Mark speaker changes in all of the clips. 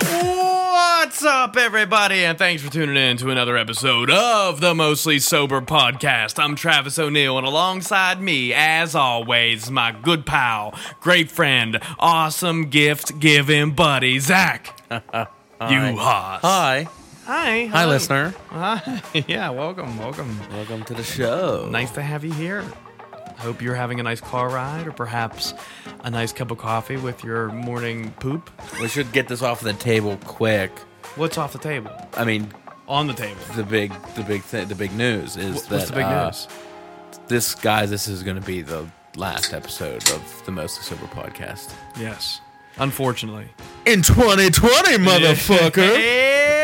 Speaker 1: What's up, everybody, and thanks for tuning in to another episode of the Mostly Sober Podcast. I'm Travis O'Neill, and alongside me, as always, my good pal, great friend, awesome gift giving buddy, Zach. you hoss.
Speaker 2: Hi.
Speaker 1: Hi.
Speaker 2: Hi, listener.
Speaker 1: yeah, welcome, welcome.
Speaker 2: Welcome to the show.
Speaker 1: Nice to have you here. Hope you're having a nice car ride or perhaps a nice cup of coffee with your morning poop.
Speaker 2: We should get this off the table quick.
Speaker 1: What's off the table?
Speaker 2: I mean,
Speaker 1: On the table.
Speaker 2: the big, the big thing, the big news is
Speaker 1: What's
Speaker 2: that
Speaker 1: the big
Speaker 2: uh,
Speaker 1: news?
Speaker 2: This guys, this is going to be the last episode of the Mostly Sober podcast.
Speaker 1: Yes. Unfortunately.
Speaker 3: In 2020, motherfucker.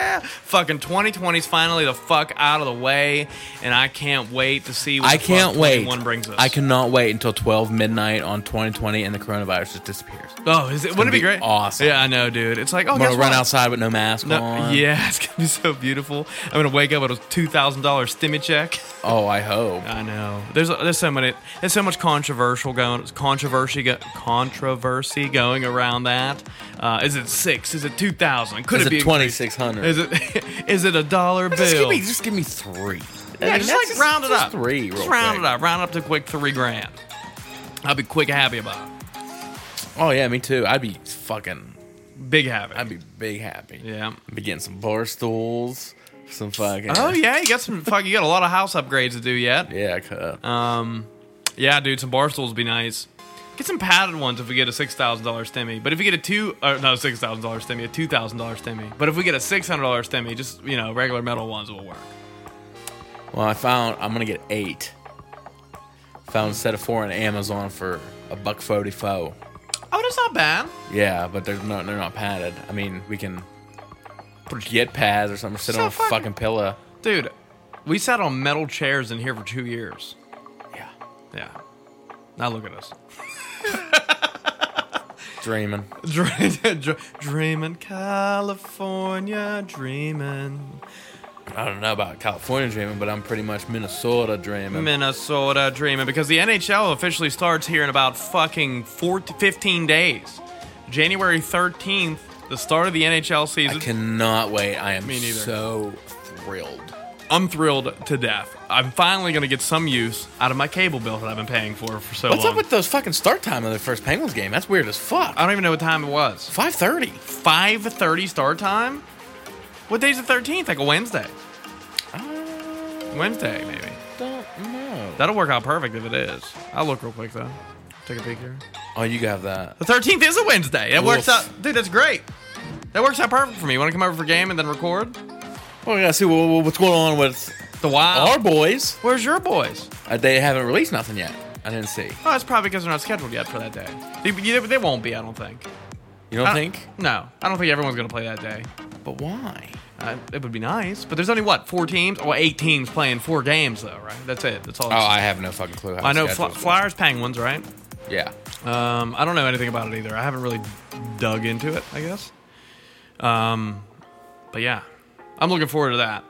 Speaker 1: Yeah. Fucking 2020's finally the fuck out of the way, and I can't wait to see what
Speaker 2: I
Speaker 1: the
Speaker 2: can't
Speaker 1: fuck
Speaker 2: wait.
Speaker 1: 21 brings us.
Speaker 2: I cannot wait until 12 midnight on 2020 and the coronavirus just disappears.
Speaker 1: Oh, is it? Wouldn't it be
Speaker 2: be
Speaker 1: great?
Speaker 2: awesome.
Speaker 1: Yeah, I know, dude. It's like, oh,
Speaker 2: I'm
Speaker 1: guess
Speaker 2: going to run
Speaker 1: what?
Speaker 2: outside with no mask
Speaker 1: No,
Speaker 2: on.
Speaker 1: yeah, it's gonna be so beautiful. I'm gonna wake up with a two thousand dollar stimmy check.
Speaker 2: Oh, I hope.
Speaker 1: I know. There's there's so many. There's so much controversial going controversy go, controversy going around that. Uh, is it six? Is it two thousand? Could
Speaker 2: Is
Speaker 1: it
Speaker 2: it
Speaker 1: be increased?
Speaker 2: 2600?
Speaker 1: Is it is it a dollar bill?
Speaker 2: Just give me, just give me three.
Speaker 1: Yeah,
Speaker 2: I mean,
Speaker 1: just
Speaker 2: that's
Speaker 1: like round it
Speaker 2: just
Speaker 1: up.
Speaker 2: Three.
Speaker 1: just
Speaker 2: real
Speaker 1: round
Speaker 2: quick.
Speaker 1: it up. Round up to quick three grand. I'll be quick happy about it.
Speaker 2: Oh yeah, me too. I'd be fucking.
Speaker 1: Big happy.
Speaker 2: I'd be big happy.
Speaker 1: yeah.
Speaker 2: I'd be getting some bar stools, some fucking.
Speaker 1: Oh yeah, you got some fuck. You got a lot of house upgrades to do yet.
Speaker 2: Yeah, I could.
Speaker 1: Um, yeah, dude, some bar stools would be nice. Get some padded ones if we get a six thousand dollar stimmy. But if we get a two, or no, six thousand dollar stimmy, a two thousand dollar stimmy. But if we get a six hundred dollar stimmy, just you know, regular metal ones will work.
Speaker 2: well, I found I'm gonna get eight. Found a set of four on Amazon for a buck forty four.
Speaker 1: Oh, that's not bad.
Speaker 2: Yeah, but they're not they're not padded. I mean, we can put get pads or something. Sit
Speaker 1: So
Speaker 2: on a
Speaker 1: fucking-
Speaker 2: fucking, pillow.
Speaker 1: Dude, we sat on metal chairs in here for two years.
Speaker 2: Yeah,
Speaker 1: Yeah. Now look at us.
Speaker 2: dreaming.
Speaker 1: Dre- dre- dreaming California, dreaming
Speaker 2: I don't know about California dreaming, but I'm pretty much Minnesota dreaming.
Speaker 1: Minnesota, dreaming because the NHL officially starts here in about fucking 14, 15 days. January 13th, the start of the NHL
Speaker 2: I
Speaker 1: season.
Speaker 2: cannot wait. I am
Speaker 1: Me neither.
Speaker 2: so thrilled.
Speaker 1: I'm thrilled to death. I'm finally going to get some use out of my cable bill that I've been paying for for so
Speaker 2: What's
Speaker 1: long.
Speaker 2: up with those fucking start time of the first Penguins game? That's weird as fuck.
Speaker 1: I don't even know what time it was.
Speaker 2: Five thirty.
Speaker 1: 5:30 start time? What day's the 13th? Like a Wednesday.
Speaker 2: Uh,
Speaker 1: Wednesday maybe.
Speaker 2: Don't know.
Speaker 1: That'll work out perfect if it is. I'll look real quick though. Take a peek here.
Speaker 2: Oh, you got that.
Speaker 1: The thirteenth is a Wednesday. It works
Speaker 2: Woof.
Speaker 1: out, dude. That's great. That works out perfect for me. You want to come over for game and then record?
Speaker 2: Well, we gotta see wha- wha- what's going on with
Speaker 1: The Wild.
Speaker 2: our boys.
Speaker 1: Where's your boys?
Speaker 2: Uh, they haven't released nothing yet. I didn't see.
Speaker 1: Oh, that's probably because they're not scheduled yet for that day. They, you- they won't be, I don't think.
Speaker 2: You don't
Speaker 1: I
Speaker 2: think?
Speaker 1: No, I don't think everyone's gonna play that day.
Speaker 2: But why?
Speaker 1: Uh, it would be nice, but there's only what four teams or eight teams playing four games though, right? That's it. That's all.
Speaker 2: Oh, I have no fucking clue. How
Speaker 1: I know
Speaker 2: the
Speaker 1: Fly
Speaker 2: schedule's
Speaker 1: Flyers, Penguins, right?
Speaker 2: going. Yeah.
Speaker 1: Um, I don't know anything about it either. I haven't really dug into it, I guess. Um, but yeah, I'm looking forward to that.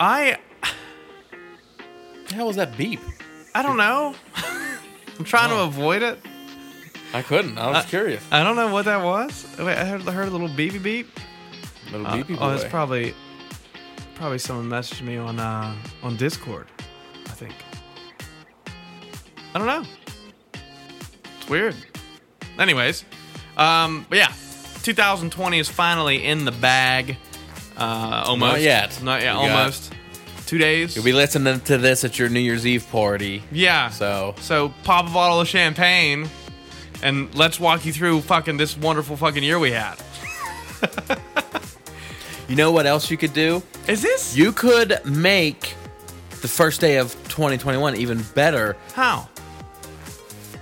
Speaker 1: I
Speaker 2: The hell was that beep?
Speaker 1: I don't know. I'm trying to avoid it.
Speaker 2: I couldn't. I was
Speaker 1: Uh,
Speaker 2: curious.
Speaker 1: I don't know what that was. Wait, I heard, I heard a little beepy beep.
Speaker 2: Little
Speaker 1: Uh,
Speaker 2: beepy boy.
Speaker 1: oh, it's probably probably someone messaged me on uh, on Discord. I think. I don't know. It's weird. Anyways, um, but yeah, 2020 is finally in the bag. Uh, almost.
Speaker 2: yet.
Speaker 1: Not yet.
Speaker 2: We got-
Speaker 1: almost. Two days.
Speaker 2: You'll be listening to this at your New Year's Eve party.
Speaker 1: yeah.
Speaker 2: So
Speaker 1: So pop a bottle of champagne, and let's walk you through fucking this wonderful fucking year we had.
Speaker 2: you know what else you could do?
Speaker 1: Is this
Speaker 2: You could make the first day of 2021 even better
Speaker 1: how?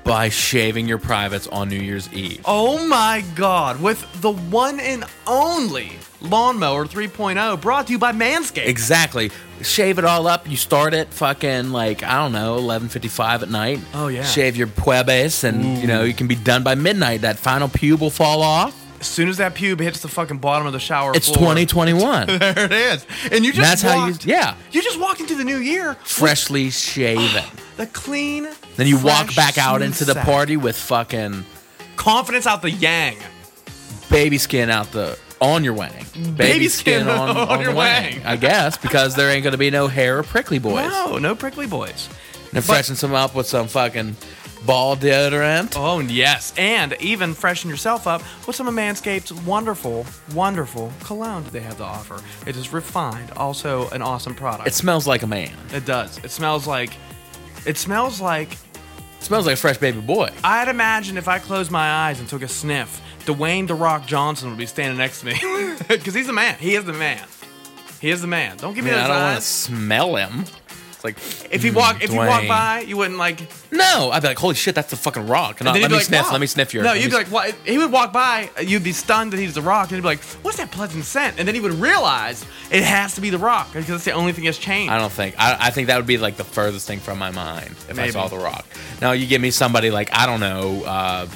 Speaker 2: by shaving your privates on New Year's Eve.
Speaker 1: Oh my god, with the one and only Lawnmower 3.0 brought to you by Manscaped.
Speaker 2: Exactly. Shave it all up. You start at fucking like I don't know, eleven fifty five at night.
Speaker 1: Oh, yeah.
Speaker 2: Shave your puebes, and you know you can be done by midnight. That final pube will fall off.
Speaker 1: as soon as that pube hits the fucking bottom of the shower
Speaker 2: It's
Speaker 1: floor,
Speaker 2: twenty twenty one.
Speaker 1: There it is. And you just
Speaker 2: That's
Speaker 1: walked,
Speaker 2: how you yeah.
Speaker 1: You just walked into the new year
Speaker 2: Freshly shaven.
Speaker 1: with the clean.
Speaker 2: Then you
Speaker 1: fresh,
Speaker 2: walk back out
Speaker 1: smooth
Speaker 2: into the
Speaker 1: sack.
Speaker 2: party with fucking
Speaker 1: Confidence out the yang.
Speaker 2: baby skin out the on your wang. Baby,
Speaker 1: skin on your
Speaker 2: the
Speaker 1: wang.
Speaker 2: I guess because there ain't gonna be no hair or prickly boys.
Speaker 1: No, no prickly boys.
Speaker 2: And freshen some up with some fucking ball deodorant.
Speaker 1: Oh and yes, and even freshen yourself up with some of Manscaped's wonderful, wonderful cologne that they have to offer. It is refined, also an awesome product.
Speaker 2: It smells like a man.
Speaker 1: it does. It smells like. It smells like
Speaker 2: It smells like a fresh baby boy.
Speaker 1: I'd imagine if I closed my eyes and took a sniff, Dwayne The Rock Johnson would be standing next to me. Because he's the man. He is the man. He is the man. Don't give me
Speaker 2: I, mean, I
Speaker 1: those
Speaker 2: don't want to
Speaker 1: eyes.
Speaker 2: smell him. It's like
Speaker 1: If he walk, if you walk
Speaker 2: Dwayne.
Speaker 1: by, you wouldn't like. and
Speaker 2: no, I'd be like, holy shit, that's the fucking rock. And
Speaker 1: then
Speaker 2: I-
Speaker 1: you'd
Speaker 2: let
Speaker 1: be
Speaker 2: me
Speaker 1: like,
Speaker 2: sniff.
Speaker 1: "Wow."
Speaker 2: Let me sniff your.
Speaker 1: No,
Speaker 2: let
Speaker 1: you'd
Speaker 2: me
Speaker 1: be
Speaker 2: s-
Speaker 1: like, what? He would walk by, you'd be stunned that he's the Rock, and you'd be like, what's that pleasant scent? And then he would realize it has to be the Rock because it's the only thing that's changed.
Speaker 2: I don't think. I, I think that would be like the furthest thing from my mind if I
Speaker 1: Maybe.
Speaker 2: saw the rock. Now you give me somebody like I don't know. Uh,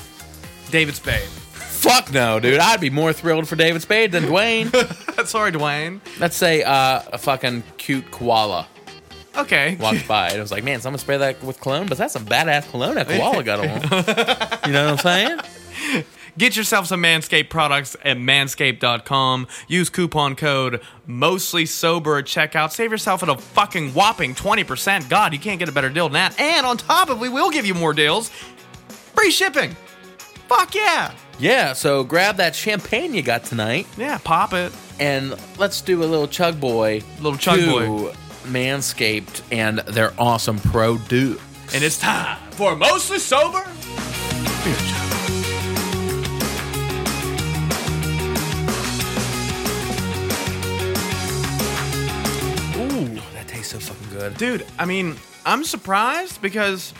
Speaker 1: David Spade.
Speaker 2: fuck no, dude. I'd be more thrilled for David Spade than Dwayne.
Speaker 1: Sorry, Dwayne.
Speaker 2: Let's say uh, a fucking cute koala
Speaker 1: Okay.
Speaker 2: walked by and it was like, man, someone spray that with cologne, but that's a badass cologne that koala got on. you know what I'm saying?
Speaker 1: Get yourself some Manscaped products at manscaped.com. Use coupon code mostly sober at checkout. Save yourself at a fucking whopping 20%. God, you can't get a better deal than that. And on top of it, we will give you more deals. Free shipping. Fuck yeah.
Speaker 2: Yeah, so grab that champagne you got tonight
Speaker 1: Yeah, pop it.
Speaker 2: and let's do a little chug boy.
Speaker 1: Little chug
Speaker 2: to
Speaker 1: boy.
Speaker 2: Manscaped and their awesome pro do.
Speaker 1: And it's time for mostly sober. Beer Jug.
Speaker 2: Ooh, Oh, that tastes so fucking good.
Speaker 1: Dude, I mean, I'm surprised because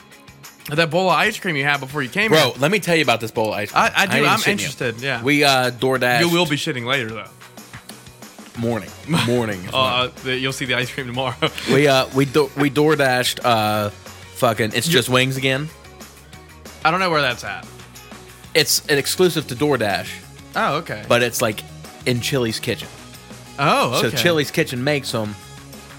Speaker 1: of that bowl of ice cream you had before you came
Speaker 2: Bro,
Speaker 1: here.
Speaker 2: let me tell you about this bowl of ice cream.
Speaker 1: I- I do.
Speaker 2: ain't even
Speaker 1: I'm
Speaker 2: shitting you.
Speaker 1: interested, yeah.
Speaker 2: We uh DoorDash
Speaker 1: You will be shitting later, though.
Speaker 2: morning. Morning. is
Speaker 1: Uh, the- you'll see the ice cream tomorrow.
Speaker 2: when- we uh we do- we DoorDashed uh fucking it's just wings again.
Speaker 1: I don't know where that's at.
Speaker 2: It's an exclusive to DoorDash,
Speaker 1: Oh, okay.
Speaker 2: but it's like in Chili's kitchen.
Speaker 1: oh, okay.
Speaker 2: So Chili's Kitchen makes them,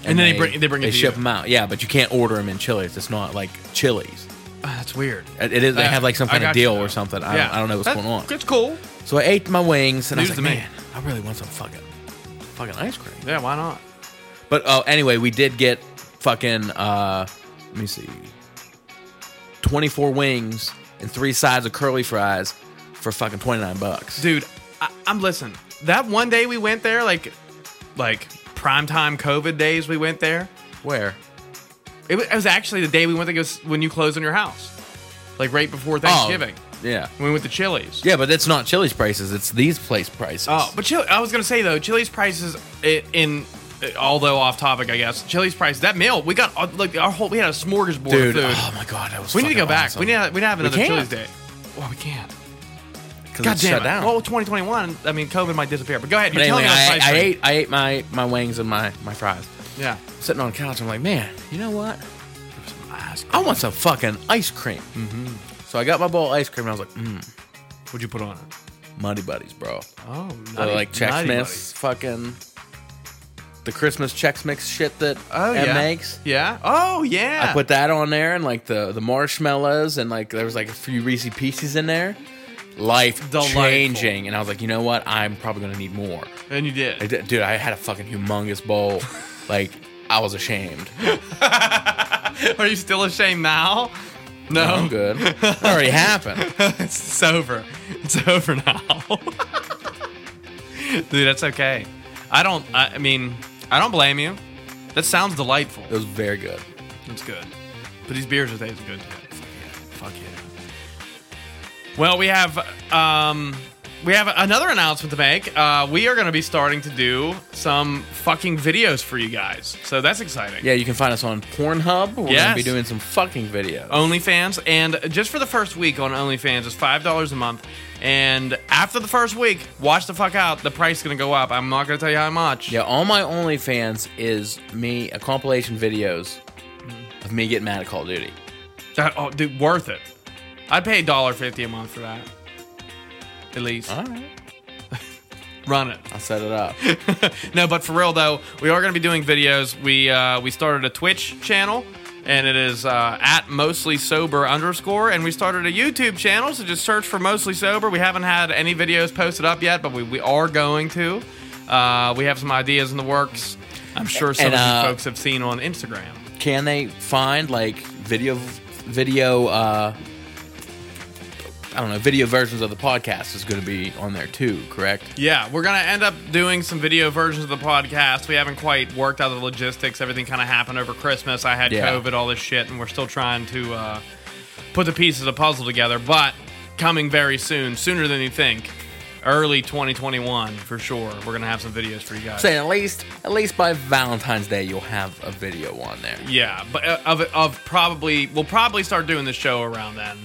Speaker 1: And then they bring- they bring it
Speaker 2: they
Speaker 1: to
Speaker 2: ship
Speaker 1: you.
Speaker 2: them out. Yeah, but you can't order them in Chili's. It's not like Chili's.
Speaker 1: Ah, that's weird.
Speaker 2: It it is. They
Speaker 1: Uh,
Speaker 2: have like some
Speaker 1: I
Speaker 2: kind of
Speaker 1: got you,
Speaker 2: deal
Speaker 1: though.
Speaker 2: or something. I, don't, I don't know what's
Speaker 1: That-
Speaker 2: going on.
Speaker 1: It's cool.
Speaker 2: So I ate my wings and
Speaker 1: News
Speaker 2: I was
Speaker 1: to
Speaker 2: like,
Speaker 1: me.
Speaker 2: man, I really want some fucking fucking ice cream.
Speaker 1: Yeah, why not?
Speaker 2: But oh, anyway, we did get fucking. uh Let me see, twenty four wings and three sides of curly fries for fucking twenty nine bucks.
Speaker 1: Dude, I, I'm listening. That one day we went there, like, like primetime COVID days we went there.
Speaker 2: Where?
Speaker 1: It was, it was actually the day we went to go s- when you closed on your house, like right before Thanksgiving.
Speaker 2: Oh, yeah.
Speaker 1: When we went to Chili's.
Speaker 2: Yeah, but it's not Chili's prices. It's these place prices.
Speaker 1: Oh, but Chili, I was gonna say though, Chili's prices i- in. Although off topic, I guess Chili's price that meal we got uh, like our whole we had a smorgasbord
Speaker 2: dude.
Speaker 1: of food.
Speaker 2: Oh my god, that was.
Speaker 1: we need to go
Speaker 2: fucking
Speaker 1: back.
Speaker 2: awesome.
Speaker 1: We need to, we need to have another
Speaker 2: can't.
Speaker 1: Chili's day. Well, we can't.
Speaker 2: 'Cause
Speaker 1: God
Speaker 2: it's
Speaker 1: damn
Speaker 2: shut
Speaker 1: it.
Speaker 2: down.
Speaker 1: Well, 2021. I mean, COVID might disappear, but go ahead.
Speaker 2: but
Speaker 1: You're
Speaker 2: anyway,
Speaker 1: telling us
Speaker 2: I,
Speaker 1: ice
Speaker 2: I
Speaker 1: cream.
Speaker 2: ate I ate my my wings and my my fries.
Speaker 1: Yeah.
Speaker 2: Sitting on the couch, I'm like, man, you know what? I want some fucking ice cream. Mm-hmm. So I got my bowl of ice cream and I was like, mm,
Speaker 1: What'd you put on it?
Speaker 2: Muddy Buddies, bro.
Speaker 1: Oh,
Speaker 2: The, like Chex Mix, fucking the Christmas Chex Mix shit that
Speaker 1: Oh
Speaker 2: Em
Speaker 1: yeah.
Speaker 2: makes.
Speaker 1: Yeah. Oh yeah.
Speaker 2: I put that on there and like the the marshmallows and like there was like a few Reese pieces in there. Life
Speaker 1: Delightful.
Speaker 2: changing, and I was like, you know what? I'm probably gonna need more.
Speaker 1: and you did.
Speaker 2: I did- dude, I had a fucking humongous bowl. Like, I was ashamed.
Speaker 1: Are you still ashamed now? No.
Speaker 2: I'm good. It already happened.
Speaker 1: it's over. It's over now. Dude, that's okay. I don't. I, I mean, I don't blame you. That sounds delightful.
Speaker 2: It was very good.
Speaker 1: It's good. But these beers are tasting good. Fuck yeah. Fuck yeah. Well, we have um, we have another announcement to make. Uh, we are going to be starting to do some fucking videos for you guys. So that's exciting.
Speaker 2: Yeah, you can find us on Pornhub. We're gonna
Speaker 1: Yes.
Speaker 2: be doing some fucking videos.
Speaker 1: OnlyFans, and just for the first week on OnlyFans is five dollars a month. And after the first week, watch the fuck out. The price is gonna go up. I'm not gonna tell you how much.
Speaker 2: Yeah, all my OnlyFans is me a compilation videos of me getting mad at Call of Duty.
Speaker 1: That, oh, dude, worth it. I'd pay dollar fifty a month for that. At least
Speaker 2: All right,
Speaker 1: run it.
Speaker 2: I'll set it up.
Speaker 1: no, but for real though, we are going to be doing videos. We uh, we started a Twitch channel, and it is uh, at mostly sober underscore. And we started a YouTube channel, so just search for mostly sober. We haven't had any videos posted up yet, but we, we are going to. Uh, we have some ideas in the works. I'm sure some
Speaker 2: And,
Speaker 1: of you
Speaker 2: uh,
Speaker 1: folks have seen on Instagram.
Speaker 2: Can they find like video video uh I don't know, video versions of the podcast is going to be on there too, correct?
Speaker 1: Yeah, we're gonna end up doing some video versions of the podcast. We haven't quite worked out the logistics. Everything kind of happened over Christmas. I had
Speaker 2: Yeah.
Speaker 1: COVID, all this shit, and we're still trying to uh, put the pieces of the puzzle together. But coming very soon, sooner than you think, early 2021 for sure. We're gonna have some videos for you guys.
Speaker 2: Saying at least at least by Valentine's Day you'll have a video on there.
Speaker 1: Yeah, but uh, of of probably we'll probably start doing the show around then.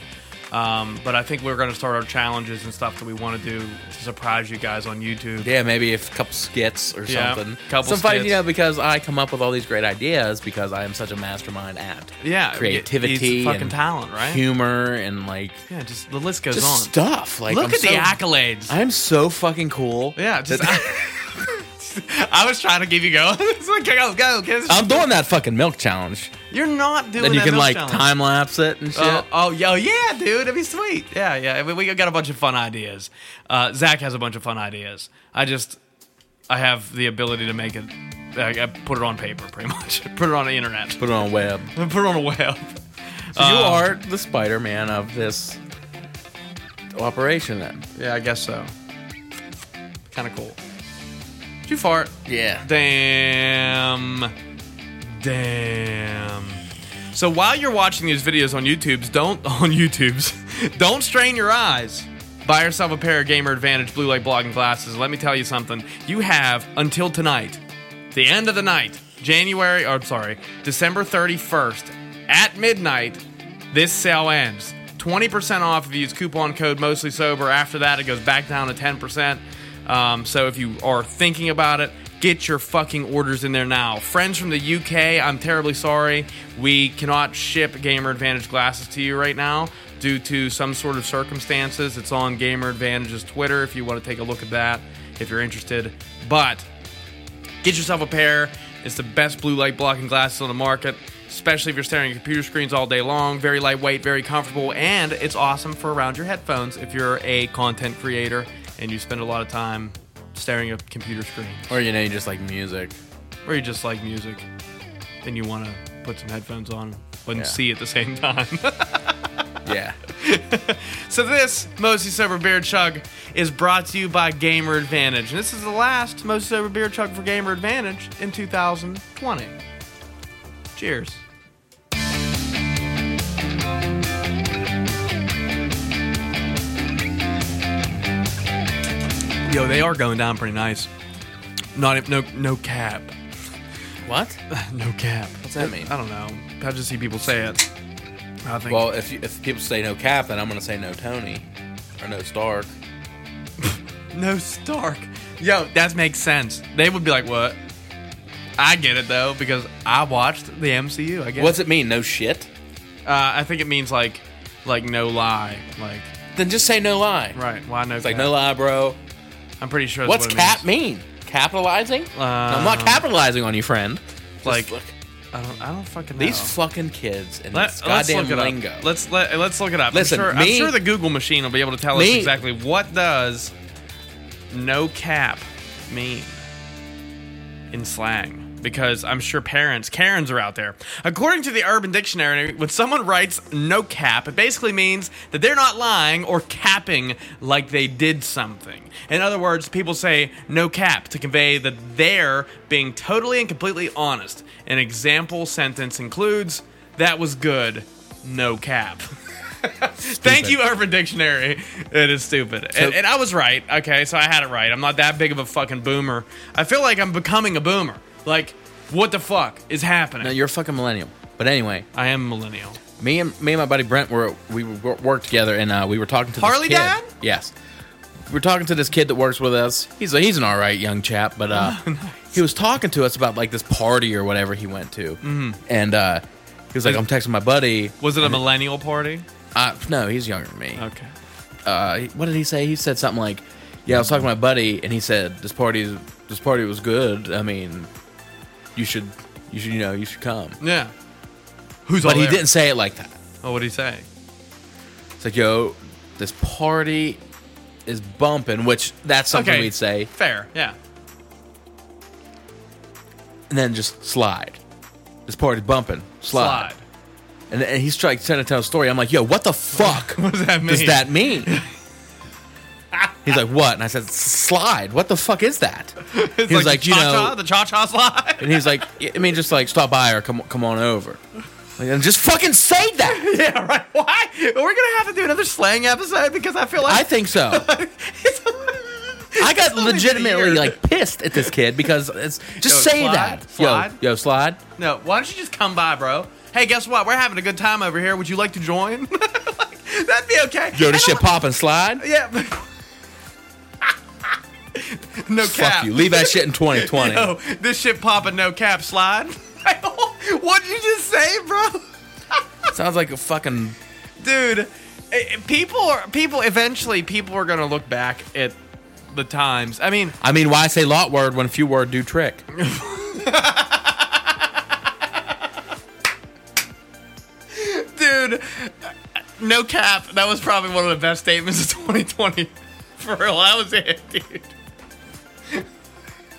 Speaker 1: Um, but I think we're gonna start our challenges and stuff that we want to do to surprise you guys on YouTube.
Speaker 2: Yeah, maybe if a couple skits or
Speaker 1: Yeah,
Speaker 2: something.
Speaker 1: couple
Speaker 2: Some funny,
Speaker 1: skits.
Speaker 2: you know, because I come up with all these great ideas because I am such a mastermind at
Speaker 1: Yeah,
Speaker 2: creativity,
Speaker 1: it's fucking
Speaker 2: and
Speaker 1: talent, right?
Speaker 2: humor, and like
Speaker 1: Yeah, just the list goes
Speaker 2: just
Speaker 1: on.
Speaker 2: stuff. Like
Speaker 1: Look
Speaker 2: I'm
Speaker 1: at
Speaker 2: so-
Speaker 1: the accolades.
Speaker 2: I am so fucking cool.
Speaker 1: yeah, just.
Speaker 2: that-
Speaker 1: I was trying to give you go. it's like, go, go, go.
Speaker 2: I'm doing that fucking milk challenge.
Speaker 1: You're not doing.
Speaker 2: Oh. Then you
Speaker 1: that
Speaker 2: can
Speaker 1: milk
Speaker 2: like
Speaker 1: challenge.
Speaker 2: time lapse it and shit.
Speaker 1: Oh, oh, yeah, oh, yeah, dude, that'd be sweet. Yeah, yeah. We, we got a bunch of fun ideas. Uh, Zach has a bunch of fun ideas. I just, I have the ability to make it. I, I put it on paper, pretty much. put it on the internet.
Speaker 2: Put it on web.
Speaker 1: Put it on a web.
Speaker 2: So
Speaker 1: Uh,
Speaker 2: you are the Spider Man of this operation then.
Speaker 1: Yeah, I guess so. Kind of cool. Did you fart?
Speaker 2: Yeah.
Speaker 1: Damn. Damn. So while you're watching these videos on YouTube's, don't on YouTube's, don't strain your eyes. Buy yourself a pair of Gamer Advantage blue light blocking glasses. Let me tell you something. You have until tonight, the end of the night, January, or I'm sorry, December 31st at midnight. This sale ends. 20% off if you use coupon code mostly sober. After that, it goes back down to 10%. Um, so if you are thinking about it, get your fucking orders in there now. Friends from the UK, I'm terribly sorry. We cannot ship Gamer Advantage glasses to you right now due to some sort of circumstances. It's on Gamer Advantage's Twitter if you want to take a look at that if you're interested. But Get yourself a pair. It's the best blue light blocking glasses on the market, especially if you're staring at computer screens all day long. Very lightweight, very comfortable, and it's awesome for around your headphones if you're a content creator and you spend a lot of time staring at computer screens
Speaker 2: Or you know, you just like music.
Speaker 1: or you just like music and you want to put some headphones on but
Speaker 2: Yeah.
Speaker 1: see at the same time.
Speaker 2: Yeah.
Speaker 1: So this Mostly Sober Beer Chug is brought to you by Gamer Advantage. And this is the last Mostly Sober Beer Chug for Gamer Advantage in 2020. Cheers. Yo, they are going down pretty nice. Not if- no no cap.
Speaker 2: what?
Speaker 1: No cap.
Speaker 2: What's that mean?
Speaker 1: I don't know. I just see people say it. I think
Speaker 2: Well, if you, if people say no Cap, then I'm gonna say no Tony or no Stark.
Speaker 1: No Stark. Yo, that makes sense. They would be like, what? I get it though because I watched the MCU. I guess.
Speaker 2: What's it mean? No shit?
Speaker 1: Uh, I think it means like, like no lie. Like
Speaker 2: Then just say no lie.
Speaker 1: right? Why no?
Speaker 2: It's like no lie, bro.
Speaker 1: I'm pretty sure.
Speaker 2: What's
Speaker 1: That's what it
Speaker 2: cap mean? Capitalizing? I'm
Speaker 1: Um,
Speaker 2: not capitalizing on you, friend. Just
Speaker 1: like,
Speaker 2: look,
Speaker 1: means. I don't. I don't fucking know.
Speaker 2: these fucking kids and
Speaker 1: Let,
Speaker 2: this
Speaker 1: let's
Speaker 2: goddamn
Speaker 1: look it
Speaker 2: lingo.
Speaker 1: up. Let's let, let's look it up.
Speaker 2: Listen,
Speaker 1: I'm sure, I'm
Speaker 2: me-
Speaker 1: sure the Google machine will be able to tell us
Speaker 2: Me-
Speaker 1: exactly what does no cap mean in slang. Because I'm sure parents, Karens are out there. According to the Urban Dictionary, when someone writes no cap, it basically means that they're not lying or capping like they did something. In other words, people say no cap to convey that they're being totally and completely honest. An example sentence includes, that was good, no cap. Thank you, Urban Dictionary. It is stupid. and, and I was right. Okay, so I had it right. I'm not that big of a fucking boomer. I feel like I'm becoming a boomer. Like, what the fuck is happening?
Speaker 2: No, you're a fucking millennial. But anyway,
Speaker 1: I am a millennial.
Speaker 2: me and me and my buddy Brent were we were- worked together, and uh, we were talking to
Speaker 1: Harley
Speaker 2: this kid.
Speaker 1: Dad?
Speaker 2: Yes, we were talking to this kid that works with us. He's a, he's an all right young chap, but uh, he was talking to us about like this party or whatever he went to, mm-hmm. and uh, he was like, "I'm texting my buddy."
Speaker 1: Was it a millennial party?
Speaker 2: Uh, no, he's younger than me
Speaker 1: Okay.
Speaker 2: uh, what did he say? He said something like, "Yeah, I was talking to my buddy, and he said this party, this party was good. I mean, you should, you should, you know, you should come."
Speaker 1: Yeah. Who's
Speaker 2: But
Speaker 1: all
Speaker 2: he
Speaker 1: there?
Speaker 2: didn't say it like that.
Speaker 1: Oh, what did he say?
Speaker 2: It's like, "Yo, this party is bumping," which that's something
Speaker 1: Okay.
Speaker 2: we'd say,
Speaker 1: Fair. Yeah.
Speaker 2: and then just slide. This party's bumping, slide.
Speaker 1: Slide.
Speaker 2: And, and he's trying trying to tell a story. I'm like, "Yo, what the fuck
Speaker 1: What does that mean?
Speaker 2: does that mean?" He's like, "What?" And I said, "Slide. What the fuck is that?"
Speaker 1: It's
Speaker 2: he was like,
Speaker 1: the
Speaker 2: "You know-
Speaker 1: cha-cha, the cha cha slide.
Speaker 2: And he's like, I mean, just like stop by or come come on over. Like, and just fucking say that.
Speaker 1: yeah, right. Why? We're gonna have to do another slang episode because I feel
Speaker 2: I
Speaker 1: like
Speaker 2: think so. I got
Speaker 1: only
Speaker 2: legitimately
Speaker 1: weird.
Speaker 2: like pissed at this kid because it's just
Speaker 1: Yo,
Speaker 2: say
Speaker 1: slide,
Speaker 2: that.
Speaker 1: slide.
Speaker 2: Yo, yo, slide.
Speaker 1: no. Why don't you just come by, bro? Hey, guess what? We're having a good time over here. Would you like to join? Like, that'd be okay.
Speaker 2: Yo, this shit
Speaker 1: And
Speaker 2: pop and slide.
Speaker 1: I'm- Yeah. no cap.
Speaker 2: Fuck you. Leave that shit in 2020.
Speaker 1: Yo, this shit popping no cap slide. What'd you just say, bro?
Speaker 2: Sounds like a fucking.
Speaker 1: dude eh, people are people eventually people are gonna look back at the times i mean
Speaker 2: I mean, why say lot word when few word do trick?
Speaker 1: dude no cap that was probably one of the best statements of 2020 for real that was it dude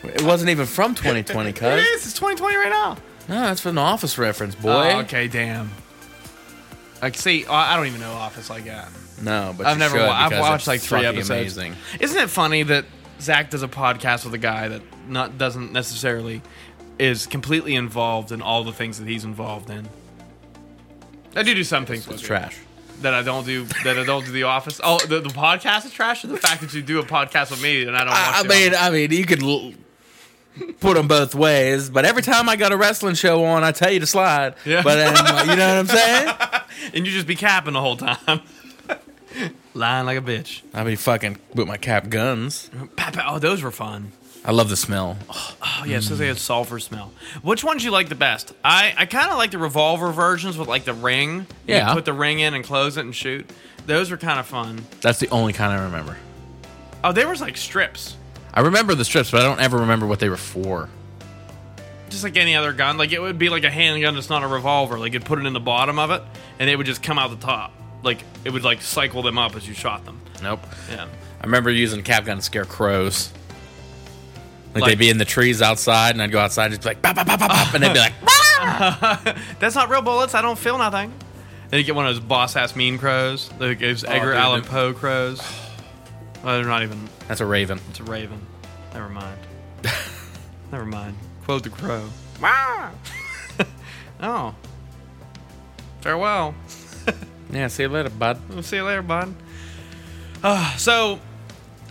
Speaker 2: It wasn't even from 2020,
Speaker 1: it
Speaker 2: cuz.
Speaker 1: is it's 2020 right now
Speaker 2: No, that's from an office reference, boy.
Speaker 1: oh, okay damn like see i I don't even know office like that
Speaker 2: No, but
Speaker 1: I've
Speaker 2: you
Speaker 1: never
Speaker 2: should
Speaker 1: wa- I've
Speaker 2: because
Speaker 1: watched
Speaker 2: it's
Speaker 1: like three
Speaker 2: fucking
Speaker 1: episodes.
Speaker 2: Amazing.
Speaker 1: Isn't it funny that Zach does a podcast with a guy that not doesn't necessarily is completely involved in all the things that he's involved in? I do do some things with
Speaker 2: It's
Speaker 1: you
Speaker 2: trash.
Speaker 1: that I don't do that I don't do the office. Oh, the, the podcast is trash, or the fact that you do a podcast with me and I don't. Watch
Speaker 2: I, I
Speaker 1: The
Speaker 2: mean,
Speaker 1: Office?
Speaker 2: I mean, you could l- put them both ways, but every time I got a wrestling show on, I tell you to slide.
Speaker 1: Yeah.
Speaker 2: But then, like, you know what I'm saying?
Speaker 1: and you just be capping the whole time, lying like a bitch.
Speaker 2: I be fucking with my cap guns.
Speaker 1: Pow, pow. Oh, those were fun.
Speaker 2: I love the smell.
Speaker 1: Oh yeah, it says they
Speaker 2: Hmm.
Speaker 1: had sulfur smell. Which ones you like the best? I, I kind of like the revolver versions with like the ring. You
Speaker 2: Yeah.
Speaker 1: put the ring in and close it and shoot. Those were kind of fun.
Speaker 2: That's the only kind I remember.
Speaker 1: Oh, there was like strips,
Speaker 2: I remember the strips, but I don't ever remember what they were for.
Speaker 1: just like any other gun. Like it would be like a handgun that's not a revolver. Like you'd put it in the bottom of it, and it would just come out the top. Like it would like cycle them up as you shot them.
Speaker 2: Nope.
Speaker 1: Yeah.
Speaker 2: I remember using cap gun to scare crows. Like,
Speaker 1: Like-
Speaker 2: they'd be in the trees outside, and I'd go outside and just be like, bop, bop, bop, bop, bop, and they'd be like,
Speaker 1: That's not real bullets. I don't feel nothing. Then you get one of those boss ass mean crows. Like those Edgar
Speaker 2: Oh, dude,
Speaker 1: Allan
Speaker 2: they-
Speaker 1: Poe crows. Oh, they're not even.
Speaker 2: that's a raven.
Speaker 1: It's a raven. Never mind. Never mind. Quote the crow. oh. Farewell.
Speaker 2: Yeah, see you later, bud.
Speaker 1: We'll see you later, bud. Uh, so,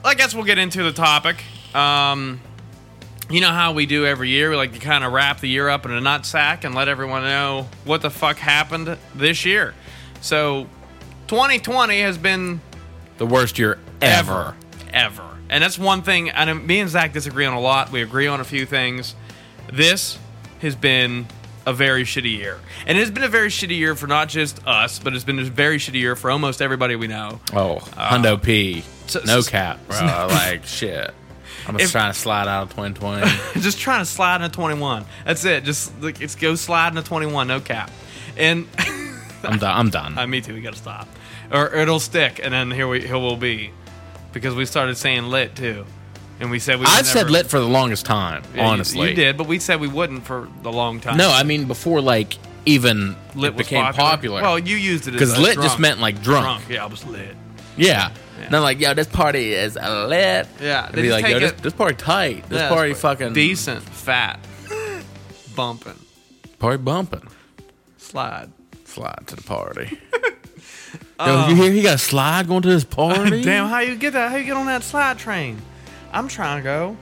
Speaker 1: I guess we'll get into the topic. Um, you know how we do every year? We like to kind of wrap the year up in a nut sack and let everyone know what the fuck happened this year. So, 2020 has been
Speaker 2: The worst year ever.
Speaker 1: ever. And that's one thing. And uh, me and Zach disagree on a lot. We agree on a few things. This has been a very shitty year, and it has been a very shitty year for not just us, but it's been a very shitty year for almost everybody we know.
Speaker 2: Oh, Hundo P.
Speaker 1: Uh, so-
Speaker 2: no
Speaker 1: so-
Speaker 2: cap, bro. like, shit. I'm just
Speaker 1: If-
Speaker 2: trying to slide out of 2020.
Speaker 1: just trying to slide into 21. That's it. Just like, it's go slide into 21, no cap. And
Speaker 2: I'm done. I'm done.
Speaker 1: Uh, me too. We gotta stop, or it'll stick, and then here we here we'll be, because we started saying lit too, and we said we. would
Speaker 2: I've said
Speaker 1: never-
Speaker 2: lit for the longest time,
Speaker 1: Yeah, you-
Speaker 2: honestly.
Speaker 1: you, did, but we said we wouldn't for the long time.
Speaker 2: No, I mean, before, like, even
Speaker 1: lit
Speaker 2: lit
Speaker 1: was
Speaker 2: became popular.
Speaker 1: Well, you used it as
Speaker 2: Because
Speaker 1: a
Speaker 2: lit
Speaker 1: drunk.
Speaker 2: just meant, like, drunk.
Speaker 1: drunk. Yeah, I was lit.
Speaker 2: Yeah. And I'm like, yo, this party is lit.
Speaker 1: Yeah, they
Speaker 2: They'd be
Speaker 1: just
Speaker 2: like, yo,
Speaker 1: take
Speaker 2: this,
Speaker 1: it-
Speaker 2: this party tight. This
Speaker 1: Yeah,
Speaker 2: party
Speaker 1: that's right.
Speaker 2: fucking.
Speaker 1: decent, fat, bumping,
Speaker 2: Party bumping.
Speaker 1: slide.
Speaker 2: Slide to the party.
Speaker 3: Yo, you hear he got a slide going to this party?
Speaker 1: Um, Damn, how you get that? How you get on that slide train? I'm trying to go.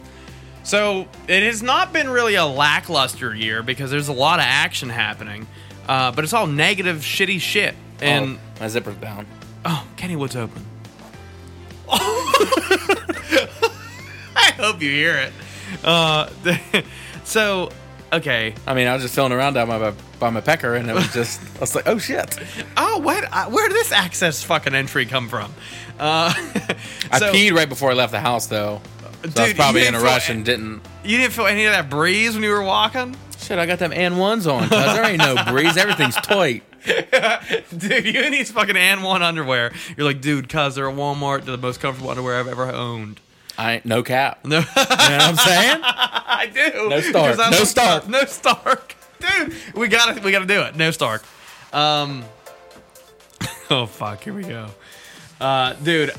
Speaker 1: So it has not been really a lackluster year because there's a lot of action happening, uh, but it's all negative, shitty shit.
Speaker 2: oh,
Speaker 1: And
Speaker 2: my zipper's down.
Speaker 1: oh, Kenny, what's open? I hope you hear it. Uh, so, okay.
Speaker 2: I mean, I was just filling around down by my, by my pecker, and it was just, I was like, oh shit.
Speaker 1: Oh, what? I- Where did this access fucking entry come from? Uh,
Speaker 2: I
Speaker 1: so-
Speaker 2: peed right before I left the house, though. So I was
Speaker 1: Dude,
Speaker 2: probably
Speaker 1: you
Speaker 2: in a
Speaker 1: didn't feel-
Speaker 2: rush and didn't.
Speaker 1: You didn't feel any of that breeze when you were walking?
Speaker 2: Shit, I got them and ones on. 'cause there ain't no breeze. Everything's tight.
Speaker 1: Dude, you and these fucking and one underwear. You're like, dude, cuz they're at Walmart. They're the most comfortable underwear I've ever owned.
Speaker 2: I ain't no cap. You
Speaker 1: No,
Speaker 2: know what I'm saying?
Speaker 1: I do.
Speaker 2: No Stark.
Speaker 1: Because I
Speaker 2: No
Speaker 1: love-
Speaker 2: Stark.
Speaker 1: No Stark. Dude, we gotta we gotta do it. No Stark. Um. Oh fuck. Here we go. Uh, dude,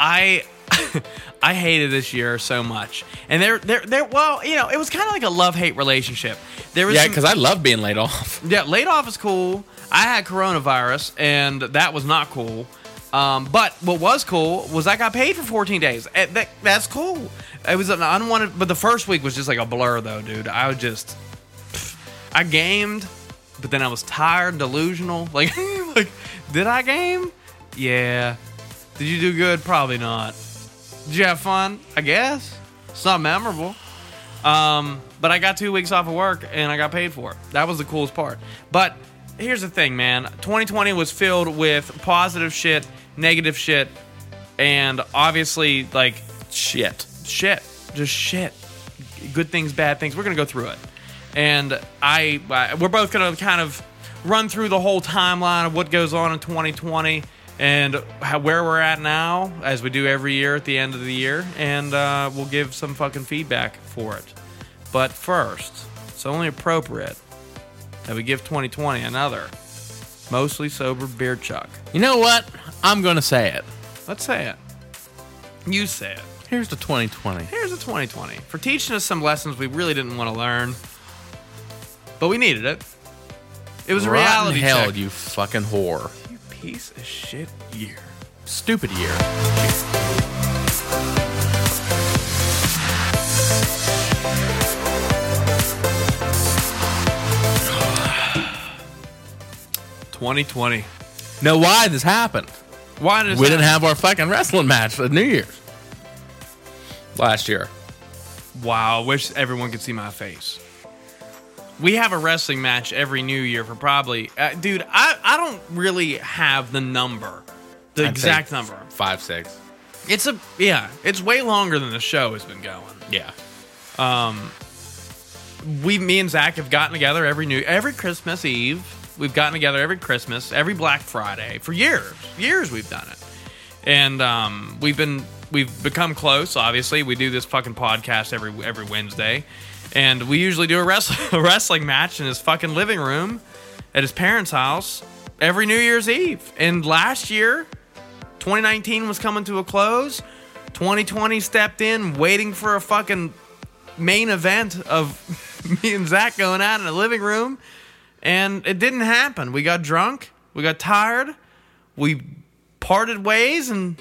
Speaker 1: I. I hated this year so much, and there, there, there. Well, you know, it was kind of like a love-hate relationship. There was
Speaker 2: Yeah,
Speaker 1: some-
Speaker 2: because I love being laid off.
Speaker 1: Yeah, laid off is cool. I had coronavirus, and that was not cool. Um, but what was cool was I got paid for 14 days. Eh, that- that's cool. It was an unwanted, but the first week was just like a blur, though, dude. I was just, pff, I gamed, but then I was tired, delusional. Like, like, did I game? Yeah. Did you do good? Probably not. Did you have fun? I guess. It's not memorable. Um, but I got two weeks off of work and I got paid for it. That was the coolest part. But here's the thing, man 2020 was filled with positive shit, negative shit, and obviously, like,
Speaker 4: Shit.
Speaker 1: shit. Just shit. Good things, bad things. We're going to go through it. And I, I we're both going to kind of run through the whole timeline of what goes on in 2020 and how, where we're at now, as we do every year at the end of the year. And uh, we'll give some fucking feedback for it. But first, it's only appropriate that we give 2020 another mostly sober beer chuck.
Speaker 2: You know what? I'm going to say it.
Speaker 1: Let's say it. You say it.
Speaker 2: Here's the 2020.
Speaker 1: here's a 2020 for teaching us some lessons we really didn't want to learn, but we needed it. It was a
Speaker 2: Rotten
Speaker 1: reality
Speaker 2: hell,
Speaker 1: check.
Speaker 2: you fucking whore.
Speaker 1: You piece of shit year.
Speaker 2: Stupid year.
Speaker 1: Twenty twenty.
Speaker 2: Know why this happened?
Speaker 1: Why did
Speaker 2: we didn't have our fucking wrestling match for New Year's last year.
Speaker 1: Wow, wish everyone could see my face. We have a wrestling match every New Year for probably, uh, dude. I I don't really have the number, the
Speaker 2: I'd say
Speaker 1: exact number.
Speaker 2: Five, six.
Speaker 1: It's a yeah. It's way longer than the show has been going.
Speaker 2: Yeah.
Speaker 1: we me and Zach have gotten together every new every Christmas Eve. We've gotten together every Christmas, every Black Friday for years. Years we've done it, and um, we've been we've become close. Obviously, we do this fucking podcast every every Wednesday, and we usually do a wrestling a wrestling match in his fucking living room at his parents' house every New Year's Eve. And last year, 2019 was coming to a close. 2020 stepped in, waiting for a fucking main event of me and Zach going out in the living room, and it didn't happen. We got drunk, we got tired, we parted ways, and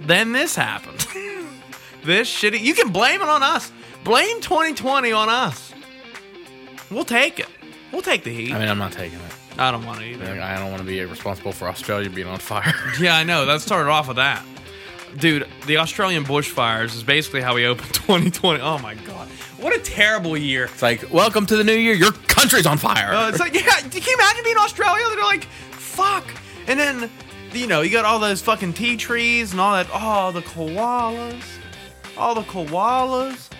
Speaker 1: then this happened. this shitty. You can blame it on us. Blame 2020 on us. We'll take it. We'll take the heat.
Speaker 2: I mean, I'm not taking it.
Speaker 1: I don't want to either.
Speaker 2: I don't want to be responsible for Australia being on fire.
Speaker 1: Yeah, I know. That started off with that. Dude, the Australian bushfires is basically how we opened 2020. Oh my god. What a terrible year.
Speaker 2: it's like, welcome to the new year. Your country's on fire.
Speaker 1: Uh, it's like, yeah, can you imagine being in Australia? They're like, fuck. And then, you know, you got all those fucking tea trees and all that. Oh, the koalas. All the koalas.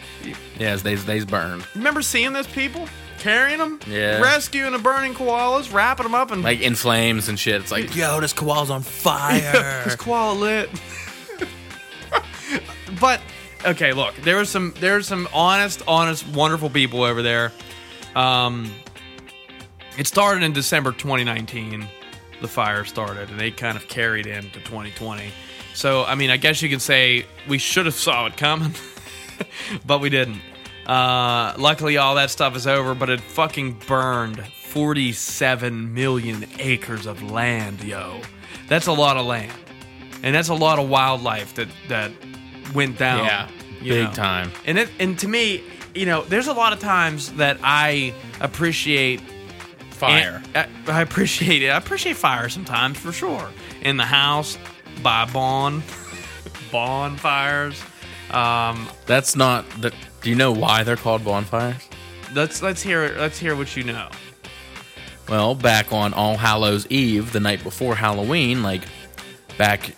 Speaker 2: yes, they's, they's burned.
Speaker 1: Remember seeing those people? Carrying them?
Speaker 2: Yeah.
Speaker 1: Rescuing the burning koalas, wrapping them up, and
Speaker 2: Like in flames and shit. It's like, yo, this koala's on fire.
Speaker 1: It's koala lit. but okay, look, there was some there was some honest, honest, wonderful people over there. Um, it started in December 2019. The fire started, and they kind of carried into 2020. So, I mean, I guess you could say we should have saw it coming, but we didn't. Uh, luckily, all that stuff is over, but it fucking burned 47 million acres of land, yo. That's a lot of land. And that's a lot of wildlife that that went down.
Speaker 2: Yeah,
Speaker 1: you
Speaker 2: big
Speaker 1: know.
Speaker 2: time.
Speaker 1: And it, and to me, you know, there's a lot of times that I appreciate
Speaker 2: Fire.
Speaker 1: and- uh, I, I appreciate it. I appreciate fire sometimes for sure. In the house, by bon, bonfires. Um,
Speaker 2: That's not the. Do you know why they're called bonfires?
Speaker 1: let's let's hear let's hear what you know.
Speaker 2: Well, back on All Hallows Eve, the night before Halloween, like back,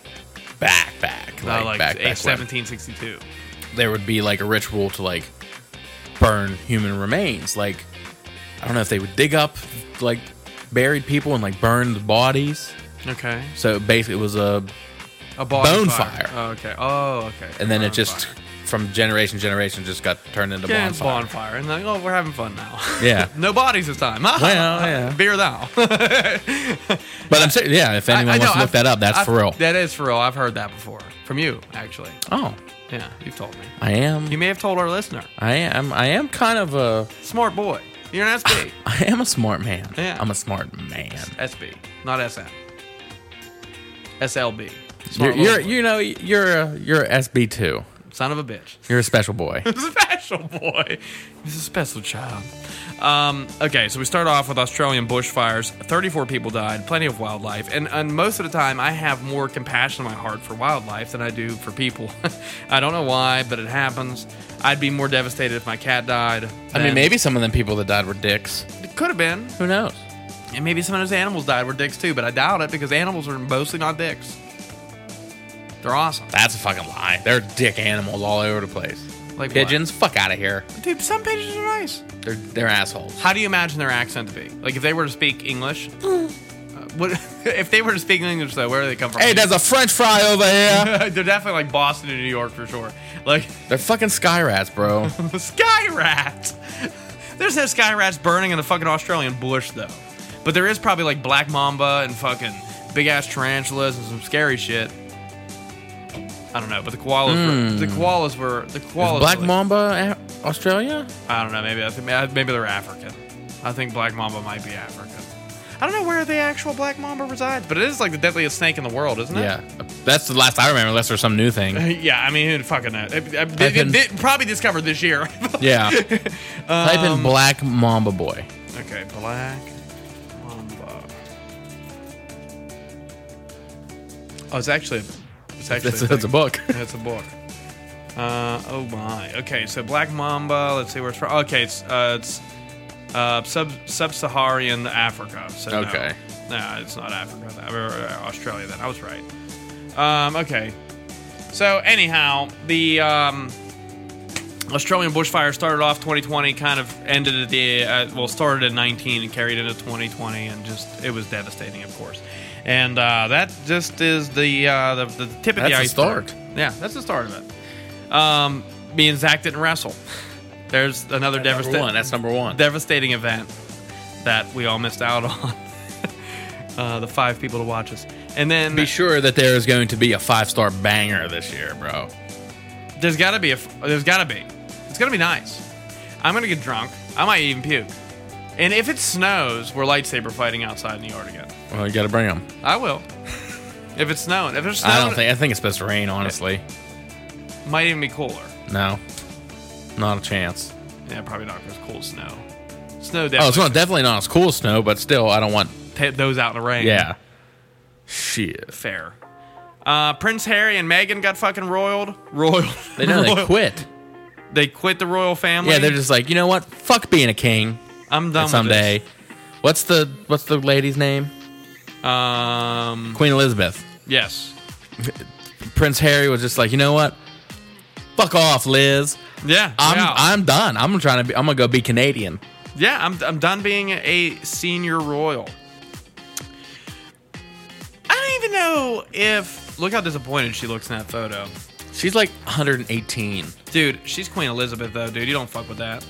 Speaker 2: back, back,
Speaker 1: Uh,
Speaker 2: like,
Speaker 1: like
Speaker 2: back,
Speaker 1: eight-
Speaker 2: back, when,
Speaker 1: 1762.
Speaker 2: there would be like a ritual to like burn human remains. Like, I don't know if they would dig up like buried people and like burn the bodies.
Speaker 1: Okay.
Speaker 2: So basically, it was a,
Speaker 1: A body
Speaker 2: Bone fire.
Speaker 1: Oh, okay. Oh, okay.
Speaker 2: and then
Speaker 1: Bone
Speaker 2: it just
Speaker 1: fire.
Speaker 2: from generation to generation just got turned into
Speaker 1: yeah, it's
Speaker 2: bonfire.
Speaker 1: bonfire, and like, oh, we're having fun now.
Speaker 2: Yeah.
Speaker 1: no bodies this time.
Speaker 2: Well, yeah.
Speaker 1: Beer thou.
Speaker 2: But I'm saying, yeah, if anyone
Speaker 1: I- I know,
Speaker 2: wants to look
Speaker 1: I've-
Speaker 2: that up, that's
Speaker 1: I've-
Speaker 2: for real.
Speaker 1: That is for real. I've heard that before from you, actually.
Speaker 2: oh,
Speaker 1: Yeah, you've told me.
Speaker 2: I am.
Speaker 1: You may have told our listener.
Speaker 2: I am. I am kind of a.
Speaker 1: Smart boy. You're an SB.
Speaker 2: I am a smart man.
Speaker 1: Yeah.
Speaker 2: I'm a smart man.
Speaker 1: SB, not SM. SLB.
Speaker 2: You're,
Speaker 1: Smart
Speaker 2: you're,
Speaker 1: little boy.
Speaker 2: you know, you're a, you're a SB two.
Speaker 1: son of a bitch.
Speaker 2: You're a special boy.
Speaker 1: special boy. He's a special child. Um, okay, so we start off with Australian bushfires. 34 people died, plenty of wildlife. And, and most of the time, I have more compassion in my heart for wildlife than I do for people. I don't know why, but it happens. I'd be more devastated if my cat died.
Speaker 2: I mean, maybe some of them people that died were dicks.
Speaker 1: It could have been.
Speaker 2: Who knows?
Speaker 1: And maybe some of those animals died were dicks too, but I doubt it because animals are mostly not dicks. They're awesome.
Speaker 2: That's a fucking lie. There are dick animals all over the place.
Speaker 1: Like what?
Speaker 2: pigeons, fuck out of here.
Speaker 1: Dude, some pigeons are nice.
Speaker 2: They're they're assholes.
Speaker 1: How do you imagine their accent to be? Like if they were to speak English, uh, what if they were to speak English though? Where do they come from?
Speaker 2: Hey, there's a French fry over here.
Speaker 1: they're definitely like Boston and New York for sure. Like
Speaker 2: They're fucking sky rats, bro.
Speaker 1: sky rats. There's no sky rats burning in the fucking Australian bush though, but there is probably like black mamba and fucking big ass tarantulas and some scary shit. I don't know, but the koalas, were, the koalas were the koalas.
Speaker 2: Hmm. Is Black
Speaker 1: were, like-
Speaker 2: Mamba, a- Australia.
Speaker 1: I don't know. Maybe I think maybe they're African. I think black mamba might be African. I don't know where the actual black mamba resides, but it is like the deadliest snake in the world, isn't it?
Speaker 2: Yeah, that's the last I remember. Unless there's some new thing.
Speaker 1: Yeah, I mean, who'd fucking know? They- they- they- they probably discovered this year.
Speaker 2: Yeah. Type in Black Mamba Boy.
Speaker 1: okay, black mamba. Oh, it's actually, it's actually.
Speaker 2: That's, that's a
Speaker 1: thing.
Speaker 2: book.
Speaker 1: That's a book. Uh, oh my. Okay, so Black Mamba. Let's see where it's from. Okay, it's uh, it's uh, sub sub-Saharan Africa. So no.
Speaker 2: Okay.
Speaker 1: No, it's not Africa. That- or, or Australia. Then I was right. Um, okay. So anyhow, the um, Australian bushfire started off 2020, kind of ended at the uh, well, started in 19 and carried into 2020, and just it was devastating, of course. And uh, that just is the uh, the, the tip of
Speaker 2: That's the
Speaker 1: the iceberg.
Speaker 2: start.
Speaker 1: Yeah, that's the start of it. Um, me and Zach didn't wrestle. There's
Speaker 2: Number
Speaker 1: another
Speaker 2: one.
Speaker 1: devastating
Speaker 2: That's number one.
Speaker 1: devastating event that we all missed out on. uh, the five people to watch us, and then
Speaker 2: Be sure that there is going to be a five star banger this year, bro.
Speaker 1: There's gotta be a. f- There's gotta be. It's gonna be nice. I'm gonna get drunk. I might even puke. And if it snows, we're lightsaber fighting outside in the yard again.
Speaker 2: Well, you got to bring them.
Speaker 1: I will. if it's snowing, if there's snow,
Speaker 2: I don't think. I think it's supposed to rain. Honestly,
Speaker 1: it might even be cooler.
Speaker 2: no, not a chance.
Speaker 1: Yeah, probably not because cool snow. Snow
Speaker 2: Oh, it's
Speaker 1: definitely.
Speaker 2: not definitely not as cool as snow, but still, I don't want.
Speaker 1: t- those out in the rain.
Speaker 2: Yeah. Shit.
Speaker 1: fair. Uh, Prince Harry and Meghan got fucking roiled. Roiled.
Speaker 2: They know they
Speaker 1: Roiled.
Speaker 2: quit.
Speaker 1: They quit the royal family.
Speaker 2: Yeah, they're just like, you know what? Fuck being a king.
Speaker 1: I'm done.
Speaker 2: someday. What's the What's the lady's name?
Speaker 1: With this. Um.
Speaker 2: Queen Elizabeth.
Speaker 1: Yes.
Speaker 2: Prince Harry was just like, you know what? Fuck off, Liz.
Speaker 1: Yeah.
Speaker 2: I'm
Speaker 1: yeah.
Speaker 2: I'm done. I'm trying to be. I'm gonna go be Canadian.
Speaker 1: Yeah, I'm, I'm done being a senior royal. I don't even know if. Look how disappointed she looks in that photo.
Speaker 2: She's like 118.
Speaker 1: Dude, she's Queen Elizabeth, though, dude. You don't fuck with that.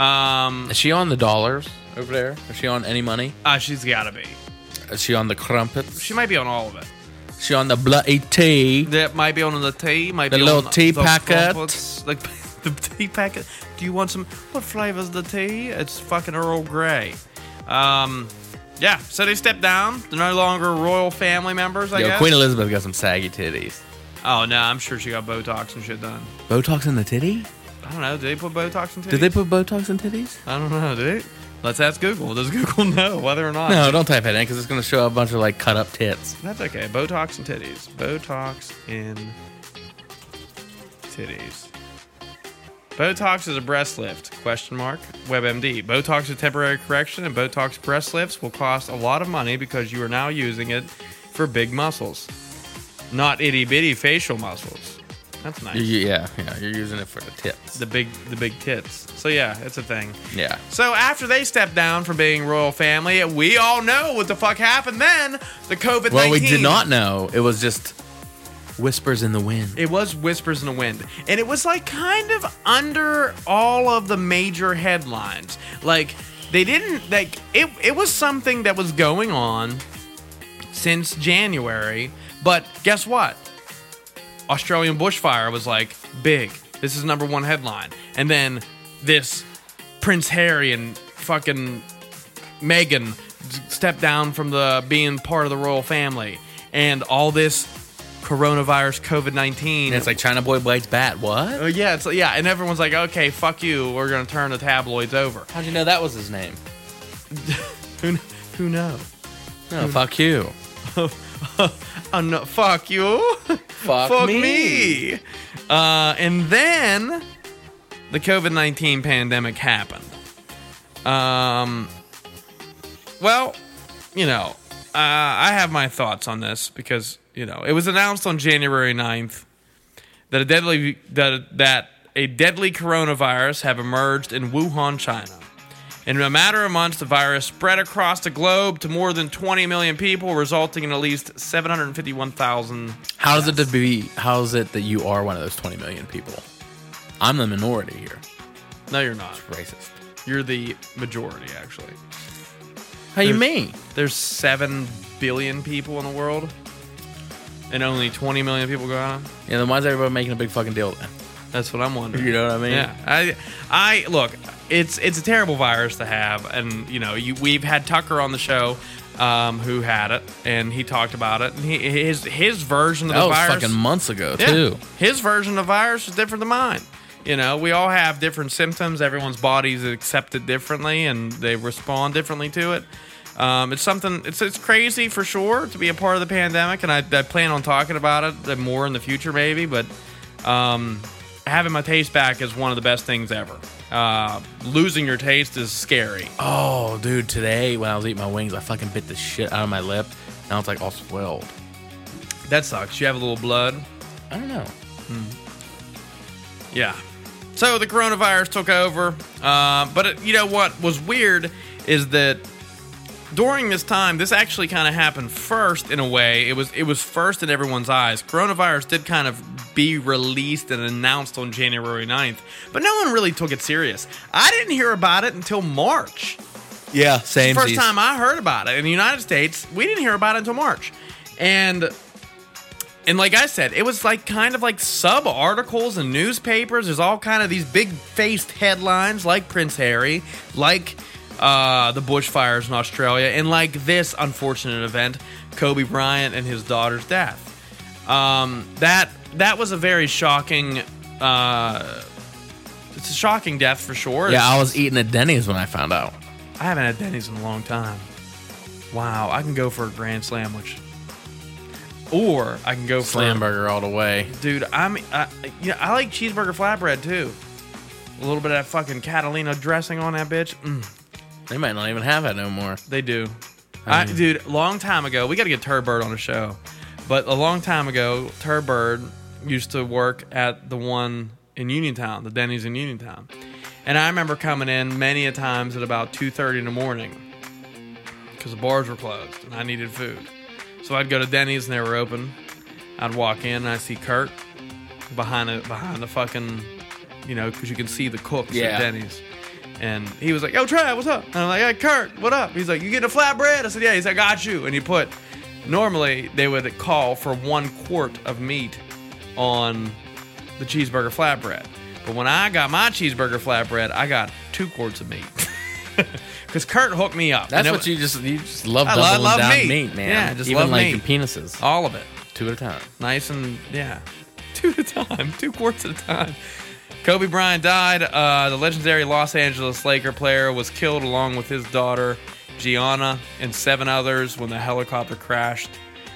Speaker 1: Um,
Speaker 2: Is she on the dollars over there? Is she on any money?
Speaker 1: ah, she's gotta be.
Speaker 2: Is she on the crumpets?
Speaker 1: She might be on all of it.
Speaker 2: Is she on the bloody tea?
Speaker 1: That might be on the tea. Might
Speaker 2: The
Speaker 1: be
Speaker 2: little
Speaker 1: on
Speaker 2: tea
Speaker 1: the
Speaker 2: packet.
Speaker 1: crumpets, Like the tea packet. Do you want some? What flavor's the tea? It's fucking Earl Grey. Um, yeah, so they stepped down. They're no longer royal family members, I
Speaker 4: Yo,
Speaker 1: guess.
Speaker 4: Queen Elizabeth got some saggy titties.
Speaker 1: oh, no, I'm sure she got Botox and shit done.
Speaker 4: Botox in the titty?
Speaker 1: I don't know. Did they put Botox in titties?
Speaker 4: Did they put Botox in titties?
Speaker 1: I don't know, dude. Let's ask Google. Does Google know whether or not?
Speaker 4: No, don't type it in because it's going to show a bunch of like cut up tits.
Speaker 1: That's okay. Botox and titties. Botox in titties. Botox is a breast lift? Question mark. WebMD. Botox is temporary correction, and Botox breast lifts will cost a lot of money because you are now using it for big muscles, not itty bitty facial muscles. That's nice.
Speaker 4: You- you- yeah, yeah, you're using it for the tits.
Speaker 1: The big, the big tits. So yeah, it's a thing.
Speaker 4: Yeah.
Speaker 1: So after they stepped down from being royal family, we all know what the fuck happened. Then the COVID.
Speaker 4: Well, we did not know. It was just whispers in the wind.
Speaker 1: It was whispers in the wind, and it was like kind of under all of the major headlines. Like they didn't like it. It was something that was going on since January, but guess what? Australian bushfire was like big. This is number one headline, and then this Prince Harry and fucking Megan stepped down from the being part of the royal family, and all this coronavirus COVID nineteen.
Speaker 4: And it's like China Boy Blade's bat. What?
Speaker 1: Oh yeah, it's yeah, and everyone's like, okay, fuck you, we're gonna turn the tabloids over.
Speaker 4: How'd you know that was his name?
Speaker 1: Who, kn- who knows?
Speaker 4: No, fuck you.
Speaker 1: Oh no, fuck you,
Speaker 4: Fuck,
Speaker 1: me. Uh, and then the COVID nineteen pandemic happened. Um, well, you know, uh, I have my thoughts on this because you know it was announced on January 9th that a deadly that that a deadly coronavirus have emerged in Wuhan, China. In a matter of months, the virus spread across the globe to more than 20 million people, resulting in at least 751,000.
Speaker 4: How is it to be? How is it that you are one of those 20 million people? I'm the minority here.
Speaker 1: No, you're not.
Speaker 4: Racist.
Speaker 1: You're the majority, actually.
Speaker 4: How you mean?
Speaker 1: There's 7 billion people in the world, and only 20 million people go out.
Speaker 4: Yeah, then why is everybody making a big fucking deal? Then?
Speaker 1: That's what I'm wondering.
Speaker 4: You know what I mean?
Speaker 1: Yeah, I, I look. It's it's a terrible virus to have, and you know, you, we've had Tucker on the show, um, who had it, and he talked about it, and he, his his version of
Speaker 4: That
Speaker 1: the
Speaker 4: was
Speaker 1: virus.
Speaker 4: fucking months ago
Speaker 1: Yeah.
Speaker 4: too.
Speaker 1: His version of the virus is different than mine. You know, we all have different symptoms. Everyone's bodies accept it differently, and they respond differently to it. Um, it's something. It's it's crazy for sure to be a part of the pandemic, and I, I plan on talking about it the more in the future, maybe. But um, having my taste back is one of the best things ever. Uh, losing your taste is scary.
Speaker 4: Oh, dude, today when I was eating my wings, I fucking bit the shit out of my lip. Now it's like all swelled.
Speaker 1: That sucks. You have a little blood.
Speaker 4: I don't know.
Speaker 1: Yeah. So the coronavirus took over. Uh, but it, you know what was weird is that during this time, this actually kind of happened first in a way. It was it was first in everyone's eyes. Coronavirus did kind of be released and announced on January 9th, but no one really took it serious. I didn't hear about it until March
Speaker 4: Yeah, same.
Speaker 1: first time I heard about it in the United States. We didn't hear about it until March, and and like I said, it was like kind of like sub articles and newspapers. There's all kind of these big faced headlines, like Prince Harry, like uh, the bushfires in Australia, and like this unfortunate event, Kobe Bryant and his daughter's death. Um, that that was a very shocking. Uh, it's a shocking death for sure.
Speaker 4: Yeah, I was eating at Denny's when I found out.
Speaker 1: I haven't had Denny's in a long time. Wow, I can go for a grand slam, which, or I can go for
Speaker 4: Slam burger all the way.
Speaker 1: Dude, I'm, I, you know, I like cheeseburger flatbread too. A little bit of that fucking Catalina dressing on that bitch. Mm,
Speaker 4: They might not even have that no more.
Speaker 1: they do. I, dude, long time ago, we got to get Turbird on the show. But a long time ago, Turbird used to work at the one in Uniontown, the Denny's in Uniontown. And I remember coming in many a times at about 2:30 in the morning because the bars were closed and I needed food. So I'd go to Denny's and they were open. I'd walk in and I see Kurt behind the behind the fucking, you know, because you can see the cooks
Speaker 4: Yeah.
Speaker 1: at Denny's. And he was like, "Yo, Trav, what's up?" And I'm like, "Hey, Kurt, what up?" He's like, "You getting a flatbread?" I said, "Yeah." He's like, "Got you." And he put. Normally they would call for one quart of meat on the cheeseburger flatbread, but when I got my cheeseburger flatbread, I got two quarts of meat. because Kurt hooked me up.
Speaker 2: That's
Speaker 1: And it
Speaker 2: what
Speaker 1: was-
Speaker 2: you just you just love
Speaker 1: I
Speaker 2: doubling
Speaker 1: lo- love
Speaker 2: down
Speaker 1: meat.
Speaker 2: meat. man.
Speaker 1: Yeah, just
Speaker 2: even
Speaker 1: love
Speaker 2: like
Speaker 1: meat.
Speaker 2: your penises,
Speaker 1: all of it.
Speaker 2: two at a time.
Speaker 1: nice and yeah, two at a time, two quarts at a time. Kobe Bryant died. Uh, the legendary Los Angeles Laker player was killed along with his daughter Gianna and seven others when the helicopter crashed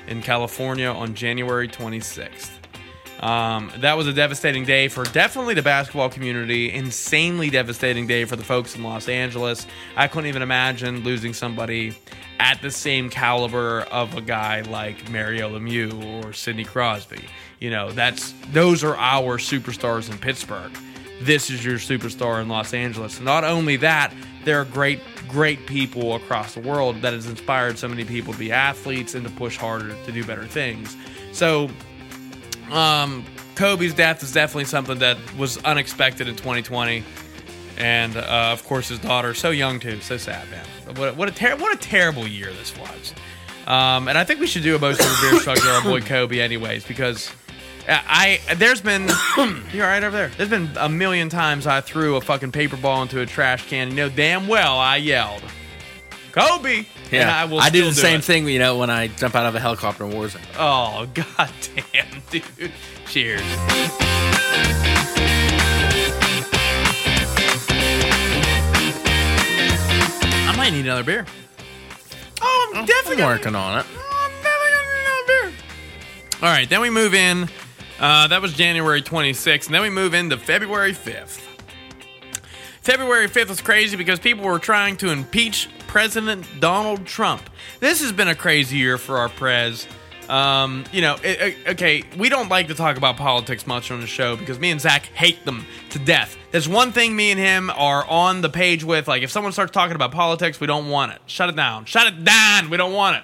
Speaker 1: in California on January 26th. Um, that was a devastating day for definitely the basketball community. Insanely devastating day for the folks in Los Angeles. I couldn't even imagine losing somebody at the same caliber of a guy like Mario Lemieux or Sidney Crosby. You know, that's those are our superstars in Pittsburgh. This is your superstar in Los Angeles. Not only that, there are great, great people across the world that has inspired so many people to be athletes and to push harder to do better things. So um, Kobe's death is definitely something that was unexpected in 2020, and uh, of course his daughter, so young too, so sad, man. What, what a ter- what a terrible year this was. Um, and I think we should do a most of the beer struggle our boy Kobe, anyways, because uh, I, I there's been you're right over there. There's been a million times I threw a fucking paper ball into a trash can. You know damn well I yelled, Kobe. and I will.
Speaker 2: do
Speaker 1: still
Speaker 2: the same
Speaker 1: it.
Speaker 2: thing. You know, when I jump out of a helicopter in Warzone.
Speaker 1: Oh god damn, dude. Cheers. I might need another beer. Oh, I'm definitely
Speaker 2: I'm
Speaker 1: gonna-
Speaker 2: working on it.
Speaker 1: Oh, I'm definitely gonna need another beer. All right, then we move in. Uh, that was January 26th, and then we move into February 5th. February 5th was crazy because people were trying to impeach President Donald Trump. This has been a crazy year for our prez. Um, you know, it, it- okay, we don't like to talk about politics much on the show because me and Zach hate them to death. There's one thing me and him are on the page with. Like, if someone starts talking about politics, we don't want it. Shut it down. Shut it down. We don't want it.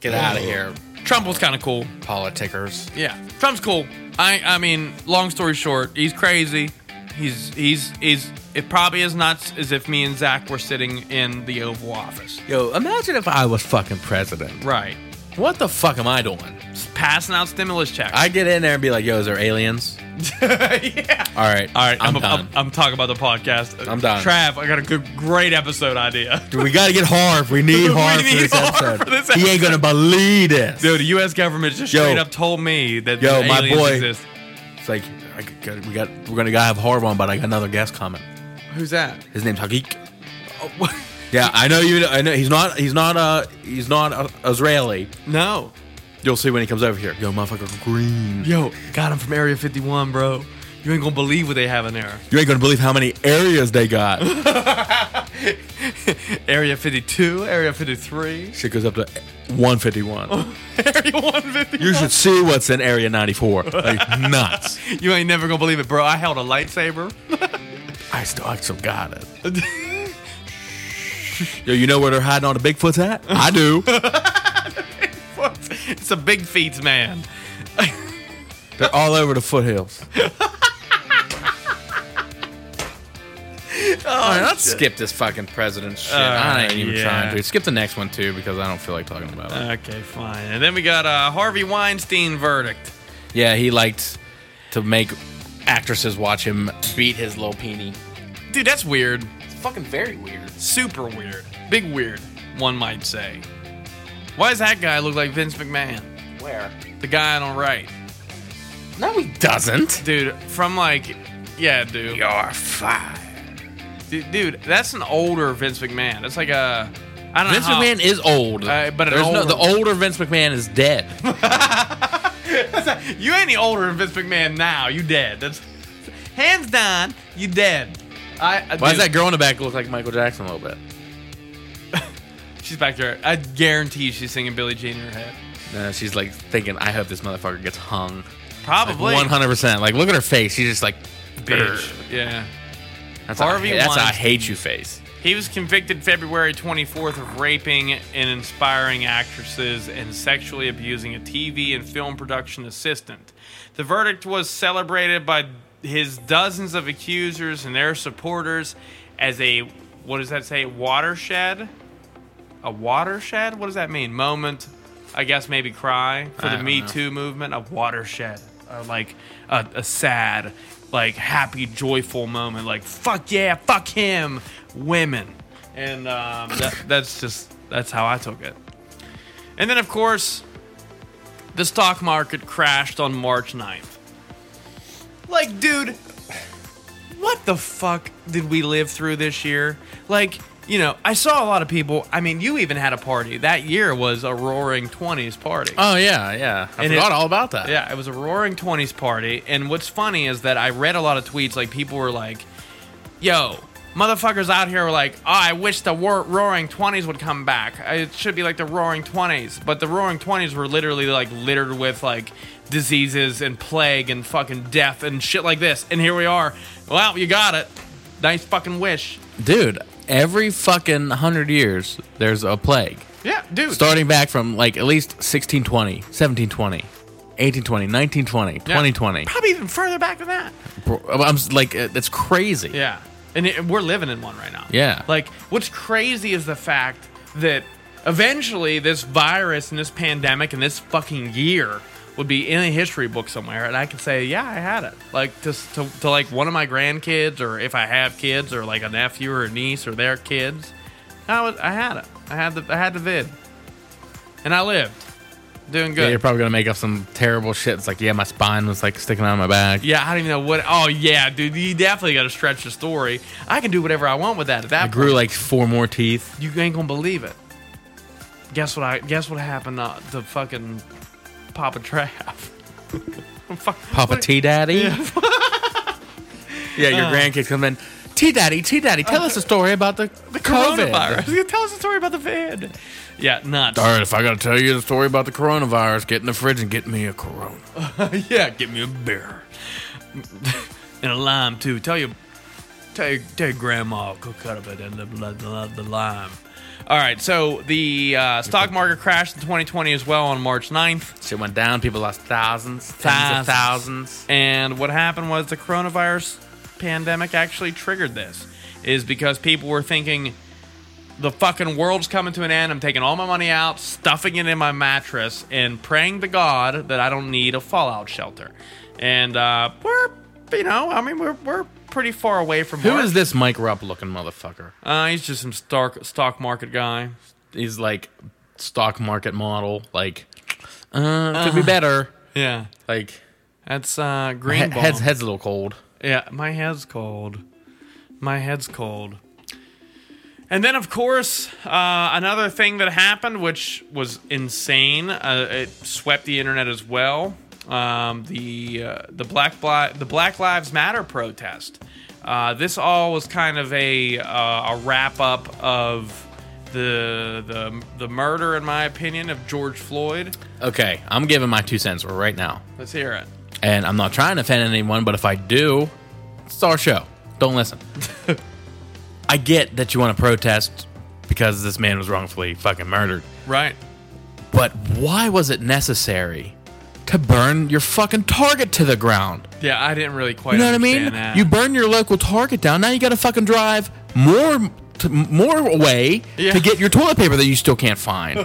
Speaker 2: Get out of here,
Speaker 1: Trump was kind of cool.
Speaker 2: politickers.
Speaker 1: Yeah, Trump's cool. I I mean, long story short, he's crazy. He's he's he's it probably as nuts as if me and Zach were sitting in the Oval Office.
Speaker 2: Yo, imagine if I was fucking president.
Speaker 1: Right.
Speaker 2: What the fuck am I doing?
Speaker 1: Passing out stimulus checks.
Speaker 2: I get in there and be like, "Yo, is there aliens?"
Speaker 1: yeah.
Speaker 2: All right,
Speaker 1: All right,
Speaker 2: I'm,
Speaker 1: I'm, I'm,
Speaker 2: done.
Speaker 1: I'm, talking about the podcast.
Speaker 2: I'm done.
Speaker 1: Trav, I got a good, great episode idea.
Speaker 2: we gotta get hard. We need
Speaker 1: We
Speaker 2: hard for
Speaker 1: need
Speaker 2: this
Speaker 1: hard
Speaker 2: episode.
Speaker 1: for this
Speaker 2: He ain't gonna believe this.
Speaker 1: Dude, the U.S. government just
Speaker 2: Yo.
Speaker 1: straight up told me that
Speaker 2: Yo,
Speaker 1: the
Speaker 2: my
Speaker 1: aliens
Speaker 2: boy.
Speaker 1: exist.
Speaker 2: It's like I got, we got we're gonna gotta have hard one, but I got another guest comment.
Speaker 1: Who's that?
Speaker 2: His name's Hagik.
Speaker 1: Oh,
Speaker 2: Yeah, I know you. I know he's not. He's not. Uh, he's not uh, Israeli.
Speaker 1: no.
Speaker 2: You'll see when he comes over here. Yo, motherfucker, green.
Speaker 1: Yo, got him from Area 51, bro. You ain't gonna believe what they have in there.
Speaker 2: You ain't gonna believe how many areas they got.
Speaker 1: Area 52, Area 53,
Speaker 2: Shit goes up to 151.
Speaker 1: Area 150.
Speaker 2: You should see what's in Area 94. Like nuts.
Speaker 1: You ain't never gonna believe it, bro. I held a lightsaber.
Speaker 2: I still, I still got it. Yo, you know where they're hiding all the Bigfoots at? I do.
Speaker 1: It's a big feats, man.
Speaker 2: They're all over the foothills. all right, let's skip this fucking president shit. I ain't even
Speaker 1: yeah.
Speaker 2: trying to. Ah, Skip the next one too because I don't feel like talking about it.
Speaker 1: Okay, fine. And then we got uh, Harvey Weinstein verdict.
Speaker 2: yeah, he liked to make actresses watch him beat his little peenie.
Speaker 1: Dude, that's weird.
Speaker 2: It's fucking very weird.
Speaker 1: Super weird. Big weird, one might say. Why does that guy look like Vince McMahon?
Speaker 2: Where?
Speaker 1: The guy on the right.
Speaker 2: No, he doesn't.
Speaker 1: Dude, from like, yeah, dude.
Speaker 2: You're fired.
Speaker 1: Dude, dude, that's an older Vince McMahon. That's like a. I don't
Speaker 2: Vince
Speaker 1: know. how-
Speaker 2: McMahon is old,
Speaker 1: Uh, but an
Speaker 2: There's no-
Speaker 1: older-
Speaker 2: the older Vince McMahon is dead.
Speaker 1: You ain't any older than Vince McMahon now. You dead. That's hands down. You dead. I, I
Speaker 2: Why does that
Speaker 1: dude,
Speaker 2: girl in the back look like Michael Jackson a little bit?
Speaker 1: She's back there. I guarantee she's singing Billie Jean in her head.
Speaker 2: No, Uh, she's like thinking, I hope this motherfucker gets hung.
Speaker 1: Probably.
Speaker 2: One hundred percent. Like, look at her face. She's just like,
Speaker 1: bitch. Yeah.
Speaker 2: That's
Speaker 1: Harvey
Speaker 2: a, that's a I
Speaker 1: Weinstein.
Speaker 2: hate you face.
Speaker 1: He was convicted February 24th of raping and inspiring actresses and sexually abusing a TV and film production assistant. The verdict was celebrated by his dozens of accusers and their supporters as a what does that say? Watershed? A watershed? What does that mean? Moment, I guess maybe cry for
Speaker 2: I
Speaker 1: the
Speaker 2: don't
Speaker 1: Me
Speaker 2: know.
Speaker 1: Too movement. A watershed, Uh, like a, a sad, like happy, joyful moment. Like fuck yeah, fuck him, women. and um, that, that's just that's how I took it. And then, of course, the stock market crashed on March 9th. Like, dude, what the fuck did we live through this year? Like, you know, I saw a lot of people. I mean, you even had a party. That year was a roaring 20s party.
Speaker 2: Oh yeah, yeah. I
Speaker 1: And
Speaker 2: forgot
Speaker 1: it-
Speaker 2: all about that.
Speaker 1: Yeah, it was a roaring 20s party. And what's funny is that I read a lot of tweets. Like, people were like, yo, motherfuckers out here were like, oh, I wish the war- roaring 20s would come back. It should be like the roaring 20s. But the roaring 20s were literally like littered with like diseases and plague and fucking death and shit like this. And here we are. Well, you got it. Nice fucking wish.
Speaker 2: dude. Every fucking hundred years, there's a plague.
Speaker 1: Yeah, dude.
Speaker 2: Starting back from like at least 1620, 1720, 1820, 1920,
Speaker 1: Yeah.
Speaker 2: 2020.
Speaker 1: Probably even further back than that.
Speaker 2: I'm s- like, uh, that's crazy.
Speaker 1: Yeah. And it, we're living in one right now.
Speaker 2: Yeah.
Speaker 1: Like, what's crazy is the fact that eventually this virus and this pandemic and this fucking year would be in a history book somewhere, and I could say, yeah, I had it. Like, to, to, to like one of my grandkids, or if I have kids, or like a nephew or a niece or their kids, I was, I had it. I had the, I had the vid, and I lived, doing
Speaker 2: Yeah,
Speaker 1: good.
Speaker 2: you're probably gonna make up some terrible shit. It's like, yeah, my spine was like sticking out of my back.
Speaker 1: Yeah, I don't even know what. Oh yeah, dude, you definitely got to stretch the story. I can do whatever I want with that. At that
Speaker 2: I
Speaker 1: point.
Speaker 2: grew like four more teeth.
Speaker 1: You ain't gonna believe it. Guess what I guess what happened to, to fucking Papa Trav? Fuck-
Speaker 2: Papa
Speaker 1: what-
Speaker 2: T Daddy. Yeah, your
Speaker 1: Uh.
Speaker 2: grandkids come in. T Daddy, T Daddy, tell us a story about the, the COVID.
Speaker 1: Coronavirus. Tell us a story about the van. Yeah, nuts.
Speaker 2: All right, if I gotta tell you the story about the coronavirus, get in the fridge and get me a Corona.
Speaker 1: yeah, give me a beer and a lime too. Tell your tell your, tell your grandma to cut up it and the, the, the lime. All right, so the uh, stock market crashed in 2020 as well on March 9th.
Speaker 2: Shit went down. People lost thousands, tens
Speaker 1: Thousands.
Speaker 2: of thousands.
Speaker 1: And what happened was the coronavirus pandemic actually triggered this, is because people were thinking the fucking world's coming to an end. I'm taking all my money out, stuffing it in my mattress, and praying to God that I don't need a fallout shelter. And uh, we're, you know, I mean, we're we're pretty far away from
Speaker 2: Who
Speaker 1: March.
Speaker 2: is this Mike Rupp looking motherfucker?
Speaker 1: Uh, he's just some stock stock market guy.
Speaker 2: He's like stock market model. Like, uh, could be better.
Speaker 1: Yeah,
Speaker 2: Like,
Speaker 1: that's uh,
Speaker 2: he-
Speaker 1: Greenbaum.
Speaker 2: head's head's a little cold.
Speaker 1: Yeah, my head's cold. My head's cold. And then, of course, uh, another thing that happened, which was insane, uh, it swept the internet as well. Um, the uh, the black Bli- the Black Lives Matter protest. Uh, this all was kind of a uh, a wrap up of the the the murder, in my opinion, of George Floyd.
Speaker 2: Okay, I'm giving my two cents right now,
Speaker 1: Let's hear it.
Speaker 2: and I'm not trying to offend anyone, but if I do, it's our show. Don't listen. I get that you want to protest because this man was wrongfully fucking murdered.
Speaker 1: Right.
Speaker 2: But why was it necessary to burn your fucking target to the ground?
Speaker 1: Yeah, I didn't really quite.
Speaker 2: You know what I
Speaker 1: understand
Speaker 2: mean?
Speaker 1: That.
Speaker 2: You burn your local Target down. Now you got to fucking drive more to, more away
Speaker 1: Yeah.
Speaker 2: to get your toilet paper that you still can't find.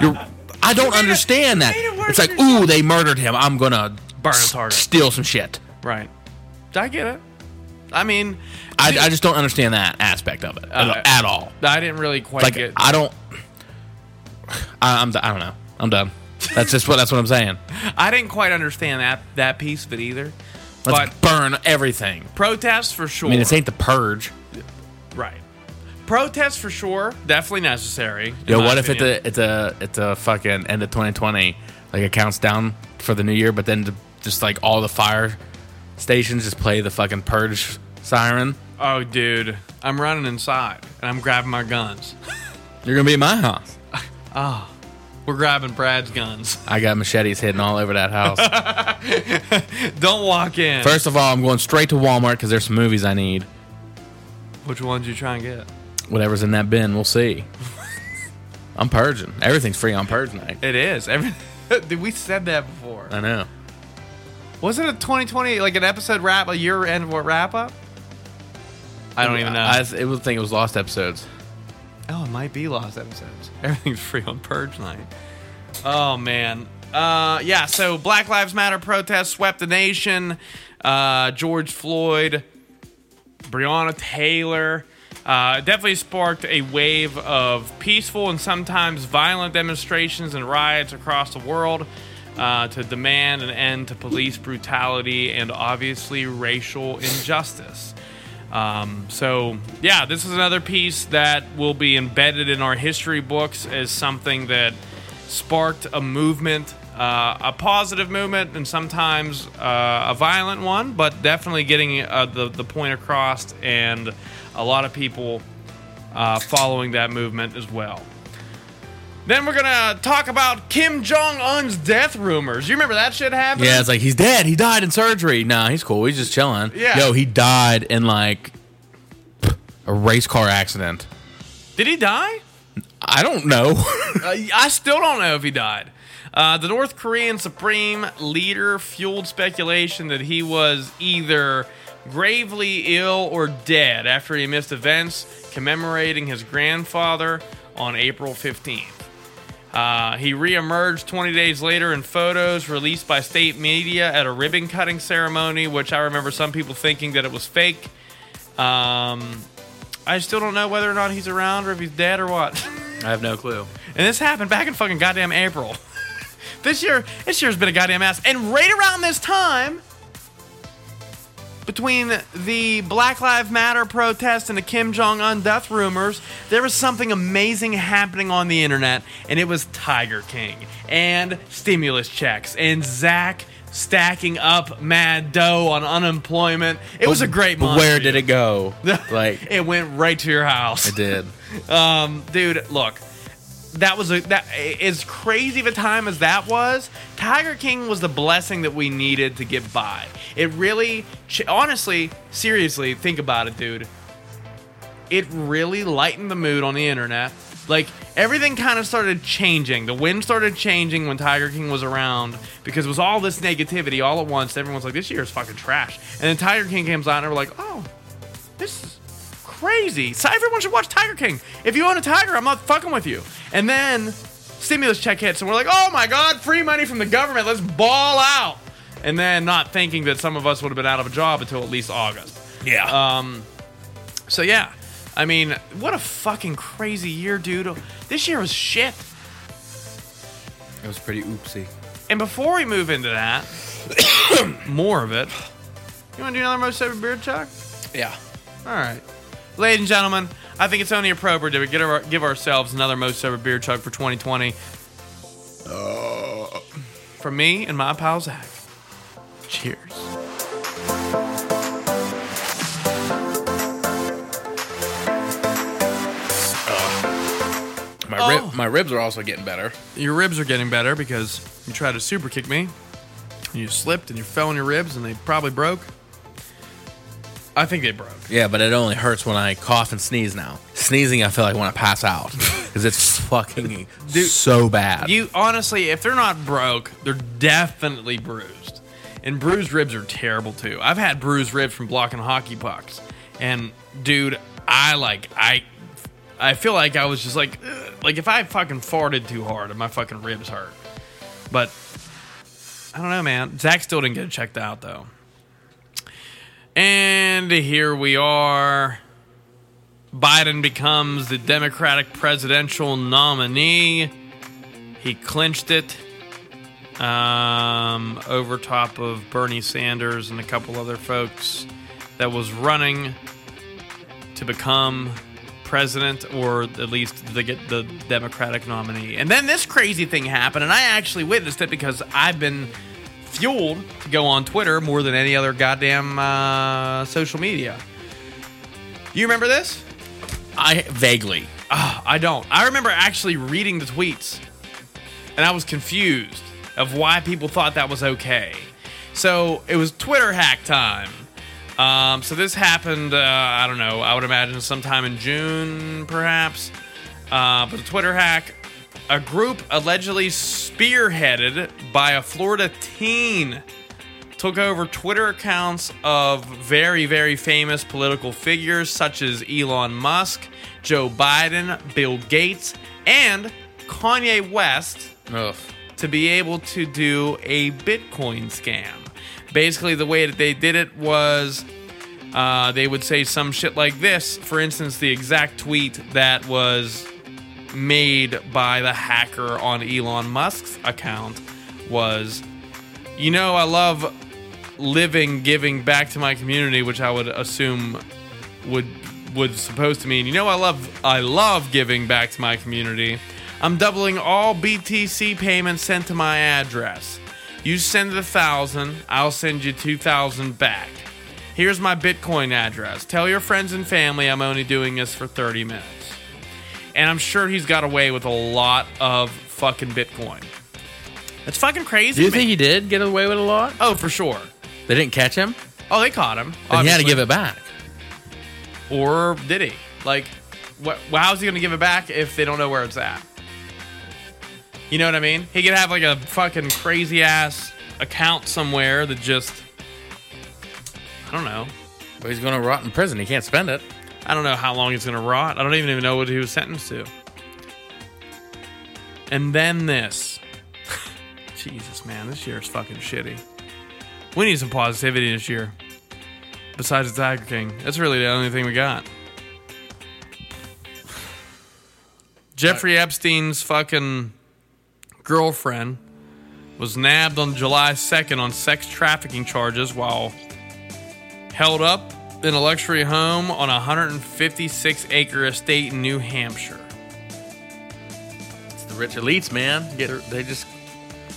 Speaker 2: You're, I don't understand that.
Speaker 1: made it worse
Speaker 2: It's like,
Speaker 1: for yourself.
Speaker 2: ooh, they murdered him. I'm gonna
Speaker 1: Burn a
Speaker 2: s-
Speaker 1: Target."
Speaker 2: steal some shit.
Speaker 1: Right. I get it. I mean,
Speaker 2: I,
Speaker 1: Dude.
Speaker 2: I just don't understand that aspect of it at,
Speaker 1: Uh,
Speaker 2: at all.
Speaker 1: I didn't really quite
Speaker 2: Like
Speaker 1: get.
Speaker 2: I don't. I, I'm d- I don't know. I'm done. That's just what that's what I'm saying.
Speaker 1: I didn't quite understand that that piece of it either.
Speaker 2: Let's
Speaker 1: but
Speaker 2: burn everything.
Speaker 1: protests for sure.
Speaker 2: I mean, this ain't the purge.
Speaker 1: right. Protests for sure, definitely necessary. in
Speaker 2: Yo,
Speaker 1: my
Speaker 2: what if it's
Speaker 1: opinion.
Speaker 2: a it's a it's a uh, fucking end of 2020, like it counts down for the new year, but then the, just like all the fire stations just play the fucking purge siren.
Speaker 1: Oh, dude, I'm running inside and I'm grabbing my guns.
Speaker 2: You're gonna be in my house.
Speaker 1: We're grabbing Brad's guns.
Speaker 2: I got machetes hidden all over that house.
Speaker 1: Don't walk in.
Speaker 2: First of all, I'm going straight to Walmart because there's some movies I need.
Speaker 1: Which ones you try and get?
Speaker 2: Whatever's in that bin, we'll see. I'm purging. Everything's free on purge night.
Speaker 1: It is. Every- Dude, we said that before.
Speaker 2: I know.
Speaker 1: Wasn't it a 2020 like an episode wrap, a year end what wrap up? I don't even know.
Speaker 2: Mm, I, I it was, think it was lost episodes.
Speaker 1: Oh, it might be lost episodes. Everything's free on Purge Night. Oh man. Uh, yeah. So Black Lives Matter protests swept the nation. Uh, George Floyd, Breonna Taylor, Uh, it definitely sparked a wave of peaceful and sometimes violent demonstrations and riots across the world uh, to demand an end to police brutality and obviously racial injustice. Um, so, yeah, this is another piece that will be embedded in our history books as something that sparked a movement, uh, a positive movement, and sometimes uh, a violent one, but definitely getting uh, the, the point across and a lot of people uh, following that movement as well. Then we're gonna talk about Kim Jong Un's death rumors. You remember that shit happened?
Speaker 2: Yeah, it's like he's dead. He died in surgery. Nah, he's cool. He's just chilling.
Speaker 1: Yeah.
Speaker 2: Yo, he died in like a race car accident.
Speaker 1: Did he die?
Speaker 2: I don't know.
Speaker 1: I still don't know if he died. Uh, the North Korean supreme leader fueled speculation that he was either gravely ill or dead after he missed events commemorating his grandfather on April 15th. Uh, he reemerged 20 days later in photos released by state media at a ribbon cutting ceremony, which I remember some people thinking that it was fake. Um, I still don't know whether or not he's around or if he's dead or what.
Speaker 2: I have no clue.
Speaker 1: And this happened back in fucking goddamn April. this year, this year's been a goddamn ass. And right around this time, between the Black Lives Matter protest and the Kim Jong Un death rumors, there was something amazing happening on the internet, and it was Tiger King and stimulus checks and Zach stacking up mad dough on unemployment. It was a great month.
Speaker 2: Where did it go? Like
Speaker 1: It went right to your house
Speaker 2: it did.
Speaker 1: um, dude, look, that was a that as crazy of a time as that was. Tiger King was the blessing that we needed to get by. It really, ch- honestly, seriously, think about it, dude. It really lightened the mood on the internet. Like everything kind of started changing. The wind started changing when Tiger King was around because it was all this negativity all at once. Everyone's like, "This year is fucking trash," and then Tiger King comes out and we're like, "Oh, this is crazy. So everyone should watch Tiger King. If you own a tiger, I'm not fucking with you. And then stimulus check hits, and we're like, oh my god, free money from the government. Let's ball out. And then not thinking that some of us would have been out of a job until at least August. Um,
Speaker 2: Yeah.
Speaker 1: So yeah, I mean, what a fucking crazy year, dude. This year was shit.
Speaker 2: it was pretty oopsie.
Speaker 1: And before we move into that, more of it. You want to do another most sober beer, Chuck?
Speaker 2: Yeah.
Speaker 1: All right. Ladies and gentlemen, I think it's only appropriate that we get our, give ourselves another most sober beer chug for 2020. From me and my pal Zach. Cheers.
Speaker 2: My
Speaker 1: Oh.
Speaker 2: rib, my ribs are also getting better.
Speaker 1: Your ribs are getting better because you tried to super kick me. And you slipped and you fell on your ribs and they probably broke. I think they broke.
Speaker 2: Yeah, but it only hurts when I cough and sneeze now. Sneezing, I feel like I want to pass out because it's fucking so bad.
Speaker 1: You honestly, if they're not broke, they're definitely bruised. And bruised ribs are terrible too. I've had bruised ribs from blocking hockey pucks. And dude, I like I I feel like I was just like "Ugh." like if I fucking farted too hard and my fucking ribs hurt. But I don't know, man. Zach still didn't get it checked out though. And here we are. Biden becomes the Democratic presidential nominee. He clinched it um, over top of Bernie Sanders and a couple other folks that was running to become president or at least the, get the Democratic nominee. And then this crazy thing happened, and I actually witnessed it because I've been fueled to go on Twitter more than any other goddamn uh, social media. You remember this?
Speaker 2: I vaguely.
Speaker 1: Ah, I don't. I remember actually reading the tweets, and I was confused of why people thought that was okay. So it was Twitter hack time. Um, so this happened. Uh, I don't know. I would imagine sometime in June, perhaps. Uh, but the Twitter hack, a group allegedly spearheaded by a Florida teen took over Twitter accounts of very, very famous political figures such as Elon Musk, Joe Biden, Bill Gates, and Kanye West
Speaker 2: Ugh.
Speaker 1: to be able to do a Bitcoin scam. Basically, the way that they did it was uh, they would say some shit like this. For instance, the exact tweet that was made by the hacker on Elon Musk's account was, you know, I love living, giving back to my community, which I would assume would would supposed to mean, you know, I love I love giving back to my community. I'm doubling all BTC payments sent to my address. You send a thousand, I'll send you two thousand back. Here's my Bitcoin address. Tell your friends and family I'm only doing this for 30 minutes. And I'm sure he's got away with a lot of fucking Bitcoin. It's fucking crazy.
Speaker 4: Do you
Speaker 1: man.
Speaker 4: think he did get away with a lot?
Speaker 1: oh, for sure.
Speaker 4: They didn't catch him.
Speaker 1: Oh, they caught him.
Speaker 4: And he had
Speaker 1: obviously.
Speaker 4: to give it back.
Speaker 1: or did he? Like, wh- well, how's he gonna give it back if they don't know where it's at? You know what I mean? He could have like a fucking crazy ass account somewhere that just, I don't know.
Speaker 2: But he's going to rot in prison. He can't spend it.
Speaker 1: I don't know how long it's gonna rot. I don't even even know what he was sentenced to. And then this. Jesus, man, this year is fucking shitty. We need some positivity this year. Besides the Tiger King, that's really the only thing we got. Jeffrey Epstein's fucking girlfriend was nabbed on July 2nd on sex trafficking charges while held up in a luxury home on a 156 acre estate in New Hampshire.
Speaker 2: It's the rich elites, man. Get, they just.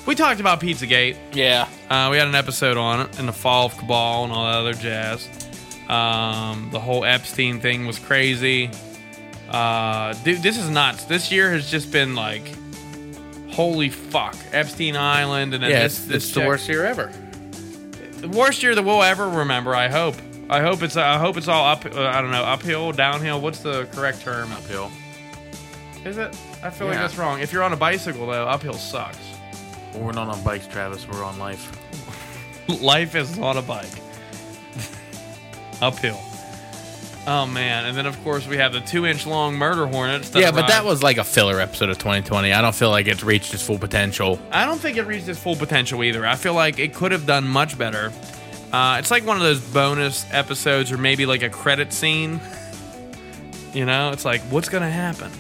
Speaker 1: We talked about Pizzagate.
Speaker 2: Yeah.
Speaker 1: Uh, we had an episode on it and the fall of Cabal and all that other jazz. Um, the whole Epstein thing was crazy. Uh, dude, this is nuts. This year has just been like, holy fuck, Epstein Island, and then
Speaker 2: Yeah,
Speaker 1: this,
Speaker 2: it's,
Speaker 1: this
Speaker 2: it's the
Speaker 1: chick-
Speaker 2: worst year ever.
Speaker 1: the worst year that we'll ever remember. I hope. I hope it's. I hope it's all up. Uh, I don't know, uphill, downhill. What's the correct term?
Speaker 2: Uphill.
Speaker 1: Is it? I feel like
Speaker 2: Yeah.
Speaker 1: that's wrong. If you're on a bicycle though, uphill sucks.
Speaker 2: Well, we're not on bikes, Travis. We're on life.
Speaker 1: Life is on a bike. uphill. Oh man! And then of course we have the two-inch long murder hornets.
Speaker 2: yeah, but that
Speaker 1: arrived-
Speaker 2: was like a filler episode of 2020. I don't feel like it's reached its full potential.
Speaker 1: I don't think it reached its full potential either. I feel like it could have done much better. Uh, it's like one of those bonus episodes or maybe like a credit scene. You know, it's like, what's going to happen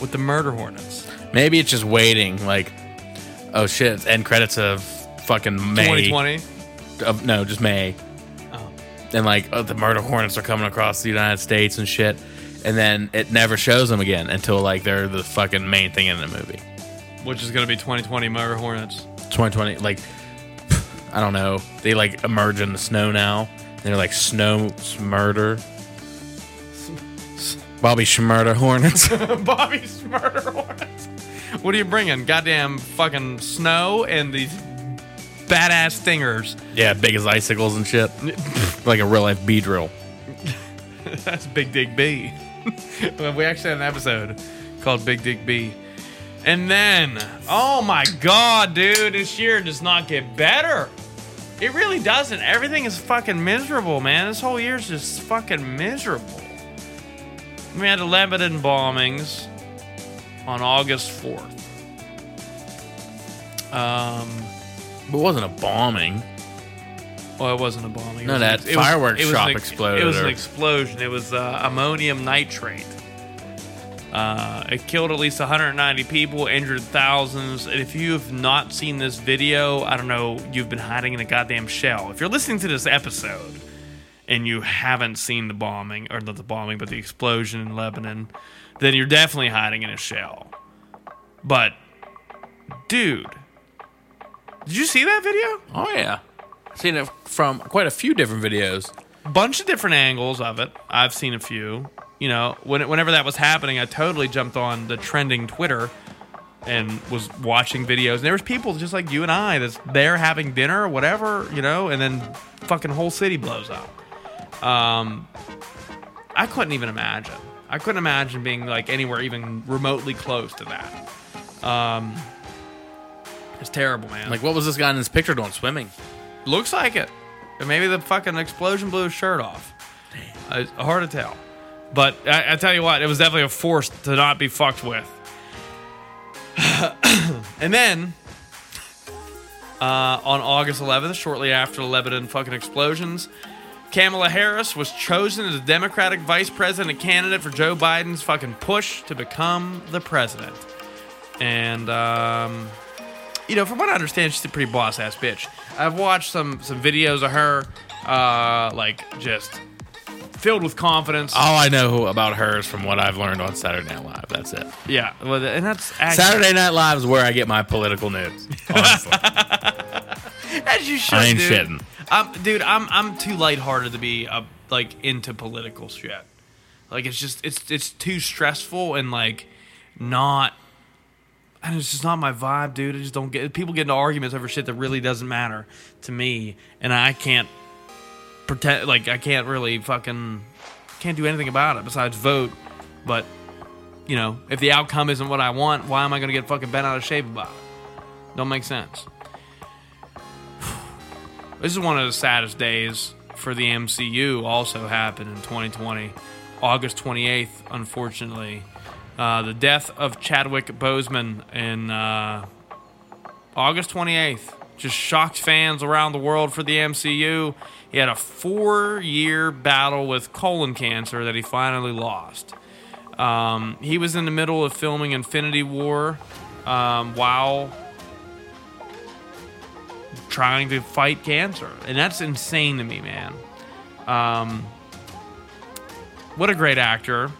Speaker 1: with the murder hornets?
Speaker 2: Maybe it's just waiting. Like, oh shit, it's end credits of fucking May.
Speaker 1: 2020?
Speaker 2: Of, no, just May.
Speaker 1: Oh.
Speaker 2: And like, oh, the murder hornets are coming across the United States and shit. And then it never shows them again until like they're the fucking main thing in the movie.
Speaker 1: Which is going to be 2020 murder hornets.
Speaker 2: 2020, like, I don't know. They like emerge in the snow now. And they're like snow murder. Bobby Schmurder Hornets.
Speaker 1: Bobby's murder hornets. What are you bringing? Goddamn fucking snow and these badass stingers.
Speaker 2: yeah, big as icicles and shit. like a real life bee drill.
Speaker 1: That's Big Dig B. Well, we actually had an episode called Big Dig B. And then, oh my god, dude, this year does not get better. It really doesn't. Everything is fucking miserable, man. This whole year's just fucking miserable. We had the Lebanon bombings on August 4th. Um,
Speaker 2: But it wasn't a bombing.
Speaker 1: well, it wasn't a bombing. It
Speaker 2: No,
Speaker 1: was
Speaker 2: that
Speaker 1: an ex- it
Speaker 2: fireworks
Speaker 1: it
Speaker 2: shop
Speaker 1: an
Speaker 2: exploded
Speaker 1: It was an
Speaker 2: or-
Speaker 1: explosion. It was uh, ammonium nitrate. Uh, it killed at least 190 people, injured thousands. And if you have not seen this video, I don't know, you've been hiding in a goddamn shell. If you're listening to this episode and you haven't seen the bombing, or not the bombing, but the explosion in Lebanon, then you're definitely hiding in a shell. But, dude, did you see that video?
Speaker 2: Oh yeah, I've seen it from quite a few different videos.
Speaker 1: bunch of different angles of it. I've seen a few. You know, when, whenever that was happening, I totally jumped on the trending Twitter and was watching videos. And there was people just like you and I that's there having dinner or whatever, you know, and then fucking whole city blows up. Um, I couldn't even imagine. I couldn't imagine being like anywhere even remotely close to that. Um, it's terrible, man.
Speaker 2: Like, what was this guy in this picture doing? Swimming.
Speaker 1: Looks like it. And maybe the fucking explosion blew his shirt off. Uh, It's hard to tell. But I, I tell you what, it was definitely a force to not be fucked with. and then, uh, on August 11th, shortly after the Lebanon fucking explosions, Kamala Harris was chosen as the Democratic vice president candidate for Joe Biden's fucking push to become the president. And, um, you know, from what I understand, she's a pretty boss ass bitch. I've watched some, some videos of her, uh, like, just filled with confidence.
Speaker 2: All I know about her is from what I've learned on Saturday Night Live. That's it.
Speaker 1: Yeah. well, And that's actually,
Speaker 2: Saturday Night Live is where I get my political news. Honestly,
Speaker 1: As you should.
Speaker 2: I ain't
Speaker 1: dude.
Speaker 2: shitting.
Speaker 1: I'm, dude, I'm I'm too lighthearted to be uh, like into political shit. Like it's just it's it's too stressful and like not. And it's just not my vibe, dude. I just don't get people get into arguments over shit that really doesn't matter to me, and I can't pretend like I can't really fucking can't do anything about it besides vote. But you know, if the outcome isn't what I want, why am I gonna get fucking bent out of shape about it? Don't make sense. This is one of the saddest days for the MCU. Also happened in 2020, August 28th. Unfortunately, uh, the death of Chadwick Boseman in uh, August 28th just shocked fans around the world for the MCU. He had a four-year battle with colon cancer that he finally lost. Um, he was in the middle of filming Infinity War um, while trying to fight cancer. And that's insane to me, man. Um, what a great actor.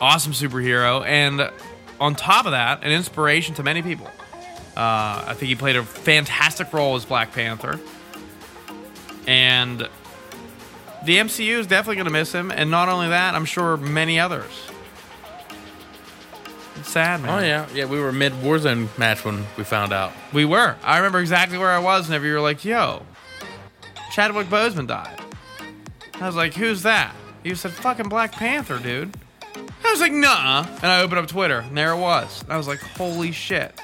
Speaker 1: Awesome superhero. And on top of that, an inspiration to many people. Uh, I think he played a fantastic role as Black Panther. And the MCU is definitely going to miss him. And not only that, I'm sure many others. It's sad, man.
Speaker 2: oh yeah, yeah. We were mid Warzone match when we found out.
Speaker 1: We were. I remember exactly where I was whenever you were like, yo, Chadwick Boseman died. I was like, who's that? You said, fucking Black Panther, dude. I was like, nah. And I opened up Twitter, and there it was. I was like, holy shit.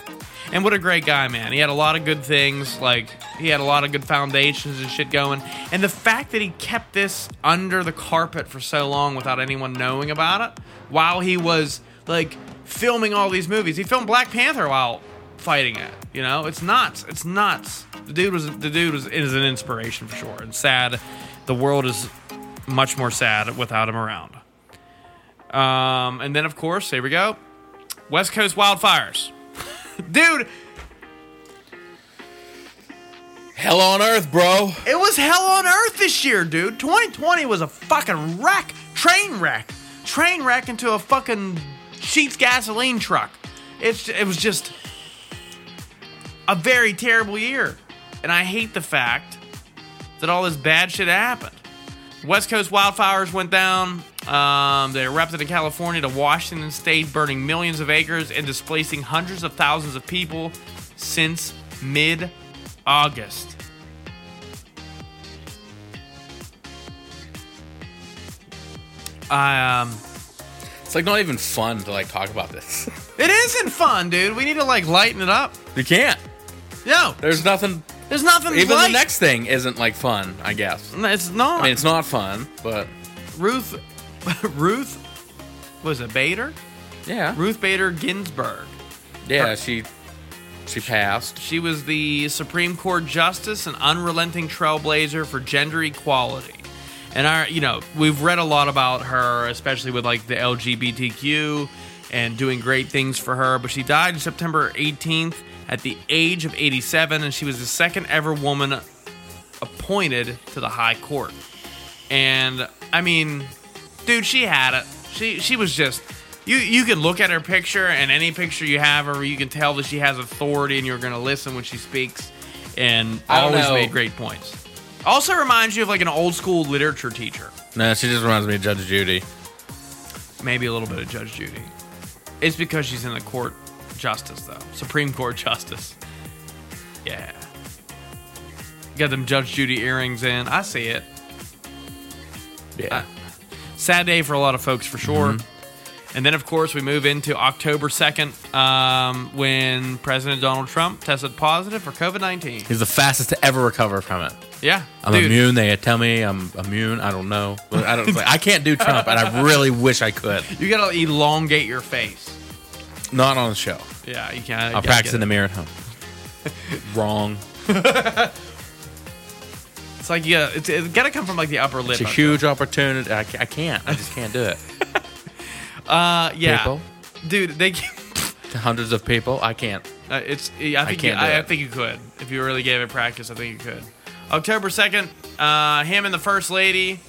Speaker 1: And what a great guy, man. He had a lot of good things. Like, he had a lot of good foundations and shit going. And the fact that he kept this under the carpet for so long without anyone knowing about it while he was, like, filming all these movies. He filmed Black Panther while fighting it. You know, it's nuts. It's nuts. The dude was the dude was is an inspiration for sure. And sad, the world is much more sad without him around. Um, and then of course, here we go, West Coast wildfires, dude.
Speaker 2: Hell on earth, bro.
Speaker 1: It was hell on earth this year, dude. 2020 was a fucking wreck, train wreck, train wreck into a fucking sheets gasoline truck. It's it was just a very terrible year, and I hate the fact that all this bad shit happened. West Coast wildfires went down. Um, they erupted in California to Washington state, burning millions of acres and displacing hundreds of thousands of people since mid August. I, um,
Speaker 2: It's like not even fun to like talk about this.
Speaker 1: it isn't fun, dude. We need to like lighten it up.
Speaker 2: You can't.
Speaker 1: No,
Speaker 2: There's nothing.
Speaker 1: there's nothing.
Speaker 2: Even
Speaker 1: light.
Speaker 2: the next thing isn't like fun. I guess.
Speaker 1: No, It's not.
Speaker 2: I mean, it's not fun, but
Speaker 1: Ruth, Ruth was a Bader.
Speaker 2: yeah,
Speaker 1: Ruth Bader Ginsburg.
Speaker 2: yeah. She she passed.
Speaker 1: She was the Supreme Court justice and unrelenting trailblazer for gender equality. And our, you know, we've read a lot about her, especially with like the LGBTQ and doing great things for her. But she died on September 18th at the age of 87, and she was the second ever woman appointed to the High Court. And I mean, dude, she had it. She she was just you you can look at her picture and any picture you have of her, you can tell that she has authority and you're gonna listen when she speaks. And
Speaker 2: I don't
Speaker 1: always
Speaker 2: know.
Speaker 1: made great points. Also reminds you of like an old school literature teacher.
Speaker 2: No, she just reminds me of Judge Judy.
Speaker 1: Maybe a little bit of Judge Judy. It's because she's in the court justice though. Supreme Court justice. Yeah. Got them Judge Judy earrings in. I see it.
Speaker 2: Yeah.
Speaker 1: sad day for a lot of folks for sure.
Speaker 2: Mm-hmm.
Speaker 1: And then, of course, we move into October 2nd um, when President Donald Trump tested positive for COVID 19.
Speaker 2: He's the fastest to ever recover from it.
Speaker 1: Yeah.
Speaker 2: I'm immune. They tell me I'm immune. I don't know. But I don't. like, I can't do Trump, and I really wish I could.
Speaker 1: You got to elongate your face.
Speaker 2: Not on the show.
Speaker 1: Yeah, you can't.
Speaker 2: I'll practice in the mirror at home. Wrong.
Speaker 1: It's like yeah, it's, it's gotta come from like the upper
Speaker 2: It's
Speaker 1: lip.
Speaker 2: a
Speaker 1: I
Speaker 2: huge opportunity. I, ca- I can't. I just can't do it.
Speaker 1: Uh, yeah,
Speaker 2: People?
Speaker 1: dude, they. Can,
Speaker 2: To hundreds of people, I can't.
Speaker 1: uh, it's. I think. you,
Speaker 2: can't do
Speaker 1: I, I
Speaker 2: it.
Speaker 1: think you could if you really gave it practice. I think you could. October second, uh, him and the first lady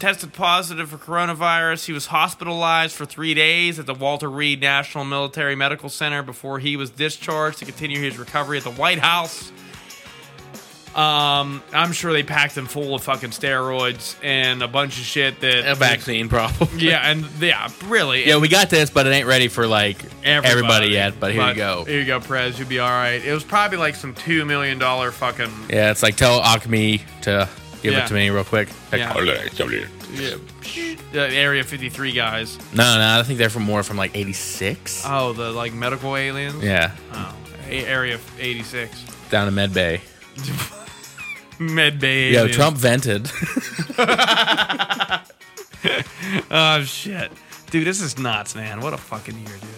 Speaker 1: tested positive for coronavirus. He was hospitalized for three days at the Walter Reed National Military Medical Center before he was discharged to continue his recovery at the White House. Um, I'm sure they packed him full of fucking steroids and a bunch of shit that
Speaker 2: A vaccine problem.
Speaker 1: Yeah, and yeah, really.
Speaker 2: Yeah, we got this, but it ain't ready for like everybody, yet. But here you go.
Speaker 1: Here you go, Prez. You'll be all right. It was probably like some two million dollar fucking.
Speaker 2: Yeah, it's like tell Acme to give
Speaker 1: Yeah.
Speaker 2: it to me real quick. Like,
Speaker 1: Yeah. Yeah. Uh, Area 53 guys.
Speaker 2: No, no, I think they're from more from like '86.
Speaker 1: Oh, the like medical aliens.
Speaker 2: yeah,
Speaker 1: Oh, A- Area 86.
Speaker 2: down in Med Bay.
Speaker 1: Med Bay.
Speaker 2: Yo,
Speaker 1: aliens.
Speaker 2: Trump vented.
Speaker 1: Oh shit, dude, this is nuts, man. What a fucking year, dude.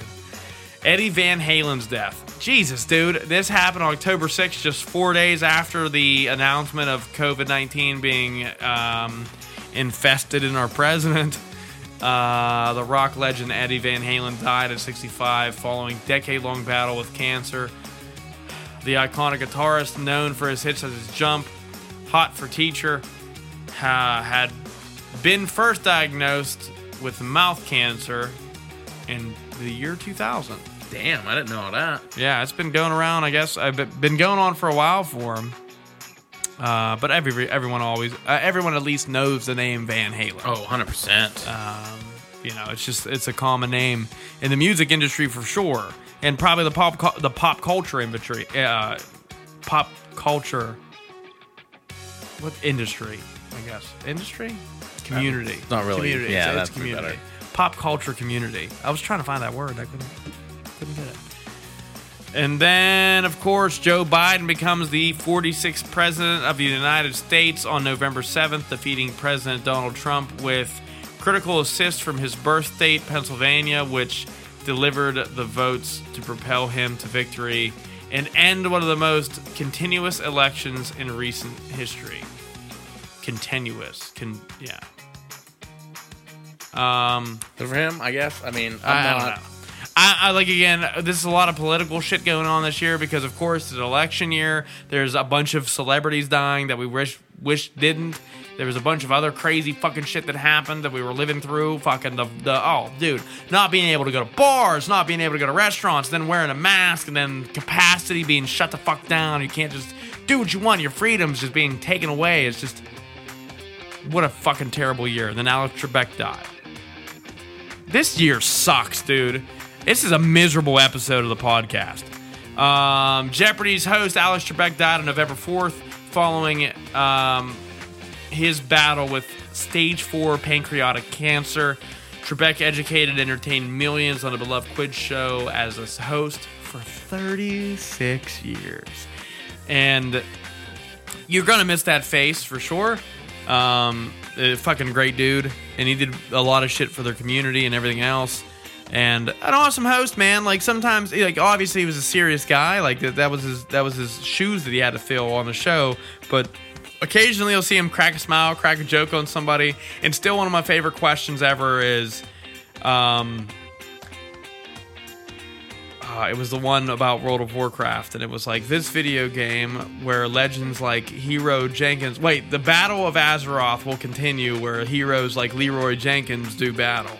Speaker 1: Eddie Van Halen's death. Jesus, dude, this happened on October 6th, just four days after the announcement of COVID 19 being um, infested in our president. Uh, the rock legend Eddie Van Halen died at 65 following decade long battle with cancer. The iconic guitarist, known for his hits such as Jump, Hot for Teacher, ha- had been first diagnosed with mouth cancer in the year 2000.
Speaker 2: Damn, I didn't know that.
Speaker 1: Yeah, it's been going around. I guess I've been- been going on for a while for him. Uh, but every everyone always uh, everyone at least knows the name Van Halen.
Speaker 2: Oh, 100 percent.
Speaker 1: You know, it's just it's a common name in the music industry for sure, and probably the pop cu- the pop culture industry. Uh, pop culture. What industry? I guess industry, community.
Speaker 2: not really.
Speaker 1: Community.
Speaker 2: Yeah,
Speaker 1: it's,
Speaker 2: that's
Speaker 1: it's community.
Speaker 2: better.
Speaker 1: Pop culture community. I was trying to find that word. I couldn't couldn't get it. And then, of course, Joe Biden becomes the 46th president of the United States on November 7th, defeating President Donald Trump with critical assist from his birth state, Pennsylvania, which delivered the votes to propel him to victory and end one of the most continuous elections in recent history. Continuous. Con- yeah. Um,
Speaker 2: Good for him, I guess. I mean, I'm
Speaker 1: I, I
Speaker 2: not.
Speaker 1: don't know. I, I like again. This is a lot of political shit going on this year because, of course, it's an election year. There's a bunch of celebrities dying that we wish wish didn't. There was a bunch of other crazy fucking shit that happened that we were living through. Fucking the, the oh, dude, not being able to go to bars, not being able to go to restaurants, then wearing a mask, and then capacity being shut the fuck down. You can't just do what you want. Your freedom's just being taken away. It's just what a fucking terrible year. And then Alex Trebek died. This year sucks, dude. This is a miserable episode of the podcast. Um, Jeopardy's host Alex Trebek died on November 4th following um, his battle with stage 4 pancreatic cancer. Trebek educated and entertained millions on a beloved quiz show as a host for 36 years. And you're gonna miss that face for sure. Um, a fucking great dude, and he did a lot of shit for their community and everything else. And an awesome host, man. Like sometimes, like obviously, he was a serious guy. Like that, that was his that was his shoes that he had to fill on the show. But occasionally, you'll see him crack a smile, crack a joke on somebody. And still, one of my favorite questions ever is, um, uh, it was the one about World of Warcraft, and it was like this video game where legends like Hero Jenkins. Wait, the Battle of Azeroth will continue where heroes like Leroy Jenkins do battle,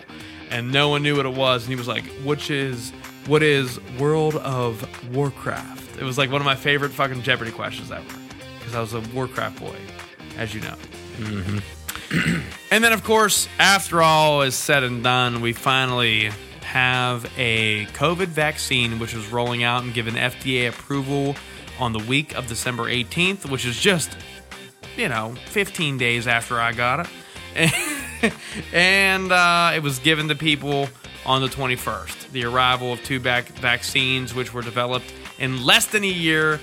Speaker 1: and no one knew what it was, and he was like, "Which is what is World of Warcraft?" It was like one of my favorite fucking Jeopardy questions ever, because I was a Warcraft boy, as you know. And then, of course, after all is said and done, we finally have a COVID vaccine which was rolling out and given FDA approval on the week of December 18th, which is just, you know, 15 days after I got it. and uh, it was given to people on the 21st. The arrival of two back vaccines, which were developed in less than a year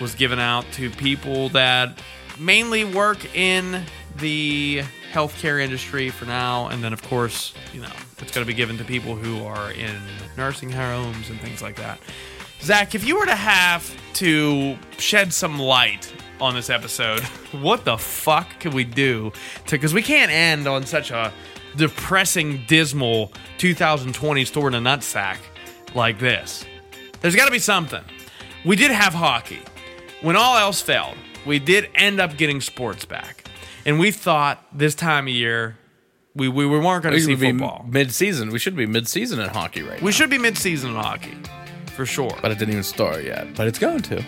Speaker 1: was given out to people that mainly work in the healthcare industry for now. And then, of course, you know, it's going to be given to people who are in nursing homes and things like that. Zach, if you were to have to shed some light on this episode. What the fuck could we do to? Because we can't end on such a depressing, dismal 2020 store in a nutsack like this. There's got to be something. We did have hockey. When all else failed, we did end up getting sports back, and we thought this time of year we we, we weren't going to see football.
Speaker 2: mid season. We should be mid season in hockey right
Speaker 1: we
Speaker 2: now.
Speaker 1: should be mid-season in hockey, for sure.
Speaker 2: But it didn't even start yet. But it's going to.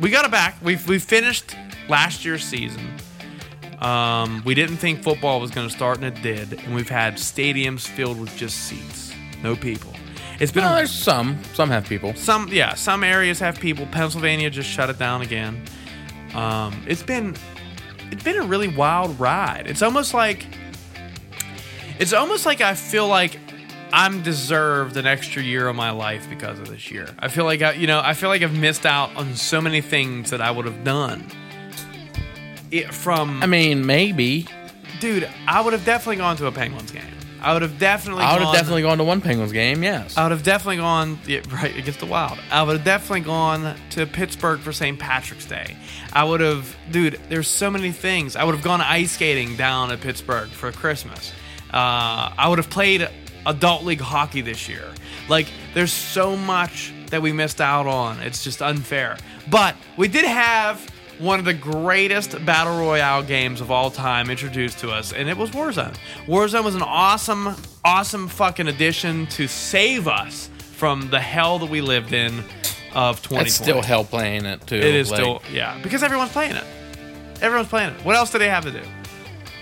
Speaker 1: we got it back. We we finished last year's season. Um, we didn't think football was going to start, and it did. And we've had stadiums filled with just seats, no people. It's been
Speaker 2: No,
Speaker 1: a
Speaker 2: there's Uh, some. Some have people.
Speaker 1: some yeah some areas have people pennsylvania just shut it down again um, it's been it's been a really wild ride it's almost like it's almost like i feel like i'm deserved an extra year of my life because of this year i feel like I, you know i feel like i've missed out on so many things that i would have done it, from
Speaker 2: I mean, maybe.
Speaker 1: dude i would have definitely gone to a penguins game i would have definitely
Speaker 2: I would have
Speaker 1: gone-
Speaker 2: definitely gone to one Penguins game. Yes.
Speaker 1: I would have definitely gone yeah, right against the Wild. I would have definitely gone to Pittsburgh for St. Patrick's Day. I would have, dude. There's so many things. I would have gone ice skating down at Pittsburgh for Christmas. Uh, I would have played adult league hockey this year. Like, there's so much that we missed out on. It's just unfair. But we did have one of the greatest battle royale games of all time introduced to us, and it was Warzone. Warzone was an awesome, awesome fucking addition to save us from the hell that we lived in of 2020.
Speaker 2: it's still hell playing it too.
Speaker 1: It is
Speaker 2: like
Speaker 1: still, yeah, because everyone's playing it. Everyone's playing it. What else do they have to do?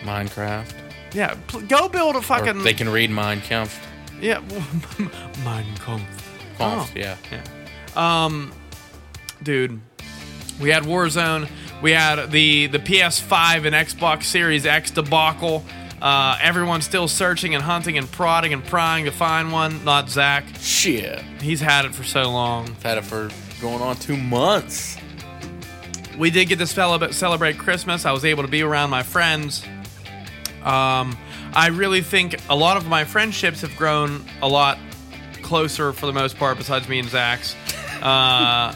Speaker 2: Minecraft.
Speaker 1: Yeah, pl- go build a
Speaker 2: Or
Speaker 1: fucking.
Speaker 2: they can read Mein Kampf.
Speaker 1: yeah, Mein
Speaker 2: Kampf,
Speaker 1: Kampf. Oh.
Speaker 2: Yeah.
Speaker 1: Um, dude. We had Warzone. We had the the PS5 and Xbox Series X debacle. Uh, everyone's still searching and hunting and prodding and prying to find one. Not Zach.
Speaker 2: Shit.
Speaker 1: He's had it for so long.
Speaker 2: Had it for going on two months.
Speaker 1: We did get to celeb- celebrate Christmas. I was able to be around my friends. Um, I really think a lot of my friendships have grown a lot closer for the most part, besides me and Zach's. Uh,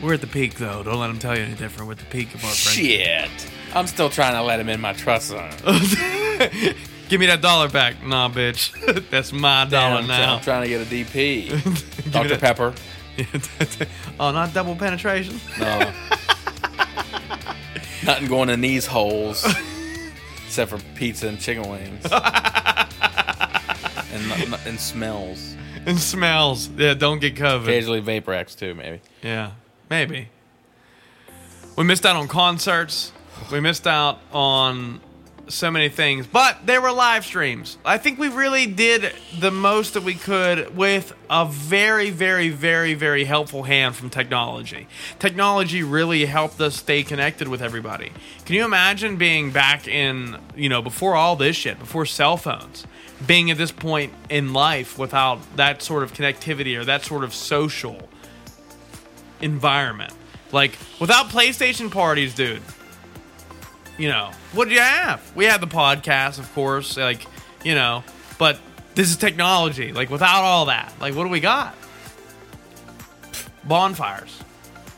Speaker 1: we're at the peak, though. Don't let them tell you any different. We're at the peak of our friendship.
Speaker 2: Shit. I'm still trying to let him in my trust zone. Dollar
Speaker 1: Give me that dollar back. Nah, bitch. That's my dollar
Speaker 2: I'm,
Speaker 1: now.
Speaker 2: I'm trying to get a DP. Dr. Pepper.
Speaker 1: oh, not double penetration.
Speaker 2: No. Nothing going in these holes. Except for pizza and chicken wings. and, n- n- and smells.
Speaker 1: and smells. Yeah, don't get COVID.
Speaker 2: Occasionally Vaporex too, maybe.
Speaker 1: Yeah, maybe. We missed out on concerts. We missed out on so many things, but there were live streams. I think we really did the most that we could with a very, very, very, very helpful hand from technology. Technology really helped us stay connected with everybody. Can you imagine being back in, you know, before all this shit, before cell phones, being at this point in life without that sort of connectivity or that sort of social? environment. Like without PlayStation parties, dude. You know what do you have? We had the podcast, of course. Like you know, but this is technology. Like without all that, like what do we got? Bonfires.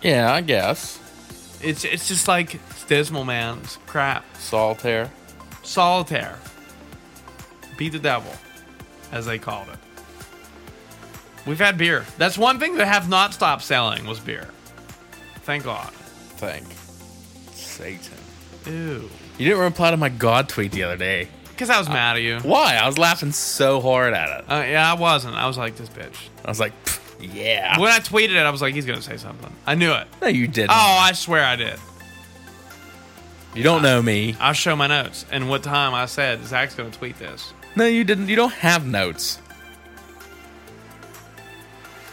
Speaker 2: Yeah, I guess.
Speaker 1: It's it's just like it's dismal, man. It's crap.
Speaker 2: Solitaire.
Speaker 1: Solitaire. Beat the devil, as they called it. We've had beer. That's one thing that have not stopped selling was beer. Thank God.
Speaker 2: Thank. Satan.
Speaker 1: Ew.
Speaker 2: You didn't reply to my God tweet the other day.
Speaker 1: Because I was mad at you.
Speaker 2: Why? I was laughing so hard at it.
Speaker 1: Uh, yeah, I wasn't. I was like, this bitch.
Speaker 2: I was like, "Pfft, yeah.
Speaker 1: When I tweeted it, I was like, he's going to say something. I knew it.
Speaker 2: No, you didn't.
Speaker 1: Oh, I swear I did.
Speaker 2: You don't know me.
Speaker 1: I'll show my notes and what time I said Zach's going to tweet this.
Speaker 2: No, you didn't. You don't have notes.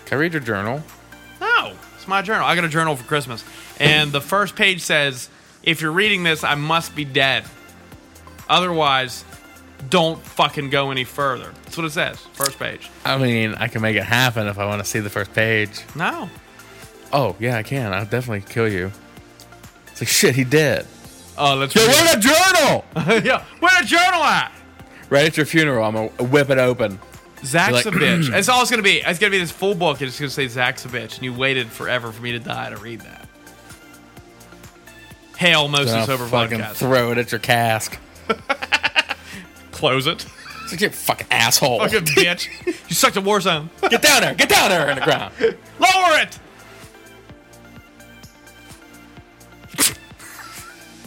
Speaker 2: Can I read your journal?
Speaker 1: No, Oh, it's my journal. I got a journal for Christmas. And the first page says, if you're reading this, I must be dead. Otherwise, don't fucking go any further. That's what it says. First page.
Speaker 2: I mean, I can make it happen if I want to see the first page.
Speaker 1: No.
Speaker 2: Oh, yeah, I can. I'll definitely kill you. It's like, shit, he did.
Speaker 1: Oh, let's
Speaker 2: Yo,
Speaker 1: read
Speaker 2: where'd the journal?
Speaker 1: it. yeah. Where the journal at?
Speaker 2: right at your funeral, I'm going to whip it open.
Speaker 1: Zach's
Speaker 2: You're
Speaker 1: a
Speaker 2: like,
Speaker 1: bitch. That's all it's gonna be. It's gonna be this full book, and it's gonna say Zach's a bitch, and you waited forever for me to die to read that. Hail Mostly
Speaker 2: Gonna
Speaker 1: Sober
Speaker 2: fucking
Speaker 1: Podcast.
Speaker 2: throw it at your cask.
Speaker 1: Close it.
Speaker 2: It's like, you fucking asshole.
Speaker 1: Fucking bitch. You sucked at Warzone.
Speaker 2: Get down there. Get down there in the ground.
Speaker 1: Lower it!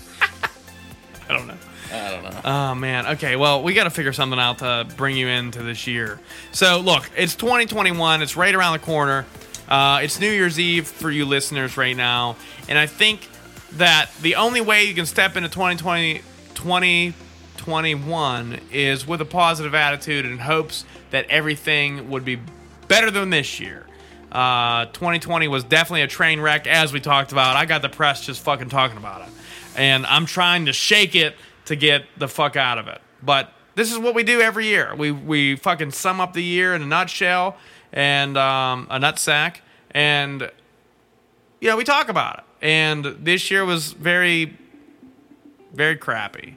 Speaker 1: I don't know. I don't know. Oh man. Okay. Well, we got to figure something out to bring you into this year. So look, it's 2021. It's right around the corner. Uh, it's New Year's Eve for you listeners right now, and I think that the only way you can step into 2020, 2021 is with a positive attitude and hopes that everything would be better than this year. Uh, 2020 was definitely a train wreck, as we talked about. I got depressed just fucking talking about it. And I'm trying to shake it to get the fuck out of it. But this is what we do every year. We, we fucking sum up the year in a nutshell and um, a nutsack. And, you know, we talk about it. And this year was very, very crappy.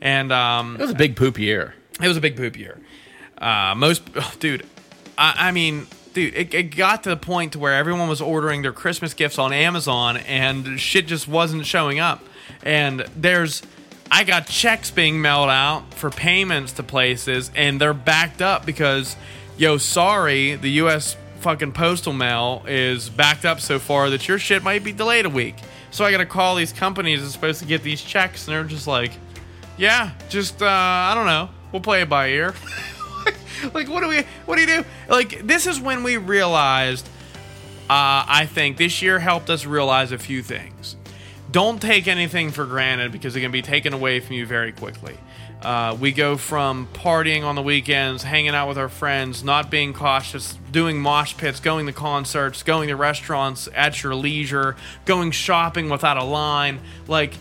Speaker 1: And um,
Speaker 2: It was a big poop year.
Speaker 1: it was a big poop year. Uh, most, dude, I, I mean, dude, it, it got to the point to where everyone was ordering their Christmas gifts on Amazon, and shit just wasn't showing up. And there's, I got checks being mailed out for payments to places, and they're backed up because, yo, sorry, the U.S. fucking postal mail is backed up so far that your shit might be delayed a week. So I got to call these companies that's supposed to get these checks, and they're just like. Yeah, just uh, I don't know. We'll play it by ear. like, what do we? What do you do? Like, this is when we realized. Uh, I think this year helped us realize a few things. Don't take anything for granted because it can be taken away from you very quickly. Uh, we go from partying on the weekends, hanging out with our friends, not being cautious, doing mosh pits, going to concerts, going to restaurants at your leisure, going shopping without a line. Like,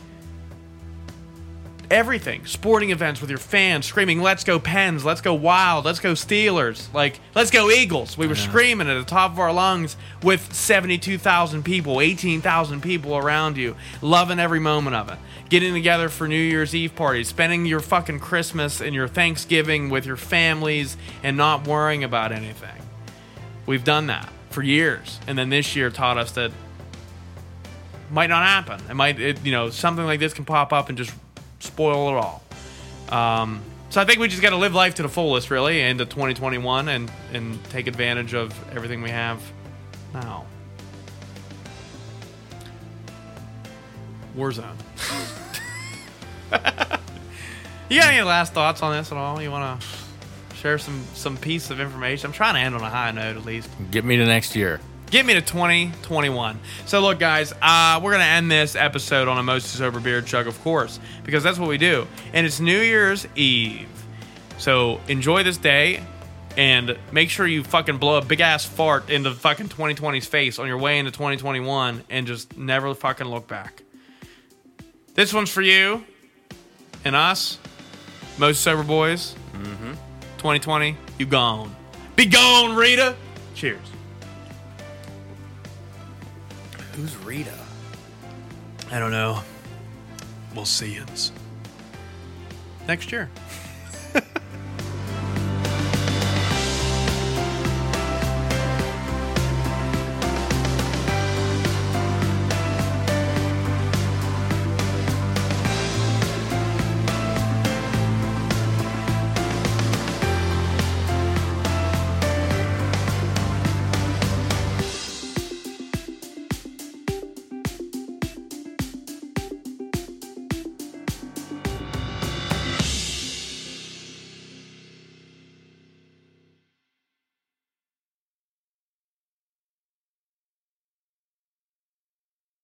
Speaker 1: everything sporting events with your fans screaming let's go pens let's go wild let's go steelers like let's go eagles we were screaming at the top of our lungs with 72000 people 18000 people around you loving every moment of it getting together for new year's eve parties spending your fucking christmas and your thanksgiving with your families and not worrying about anything we've done that for years and then this year taught us that might not happen. It might, it, you know, something like this can pop up and just spoil it all. Um, so I think we just got to live life to the fullest, really, into 2021 and and take advantage of everything we have now. Warzone. you got any last thoughts on this at all? You want to share some some piece of information? I'm trying to end on a high note, at least.
Speaker 2: Get me to next year.
Speaker 1: Get me to 2021. So, look, guys, uh, we're going to end this episode on a Moses Over Beer Chug, of course, because that's what we do. And it's New Year's Eve. So, enjoy this day and make sure you fucking blow a big ass fart into fucking 2020's face on your way into 2021 and just never fucking look back. This one's for you and us, Moses Sober Boys. Mm-hmm. 2020, you gone. Be gone, Rita. Cheers.
Speaker 2: Who's Rita?
Speaker 1: I don't know. We'll see you next year.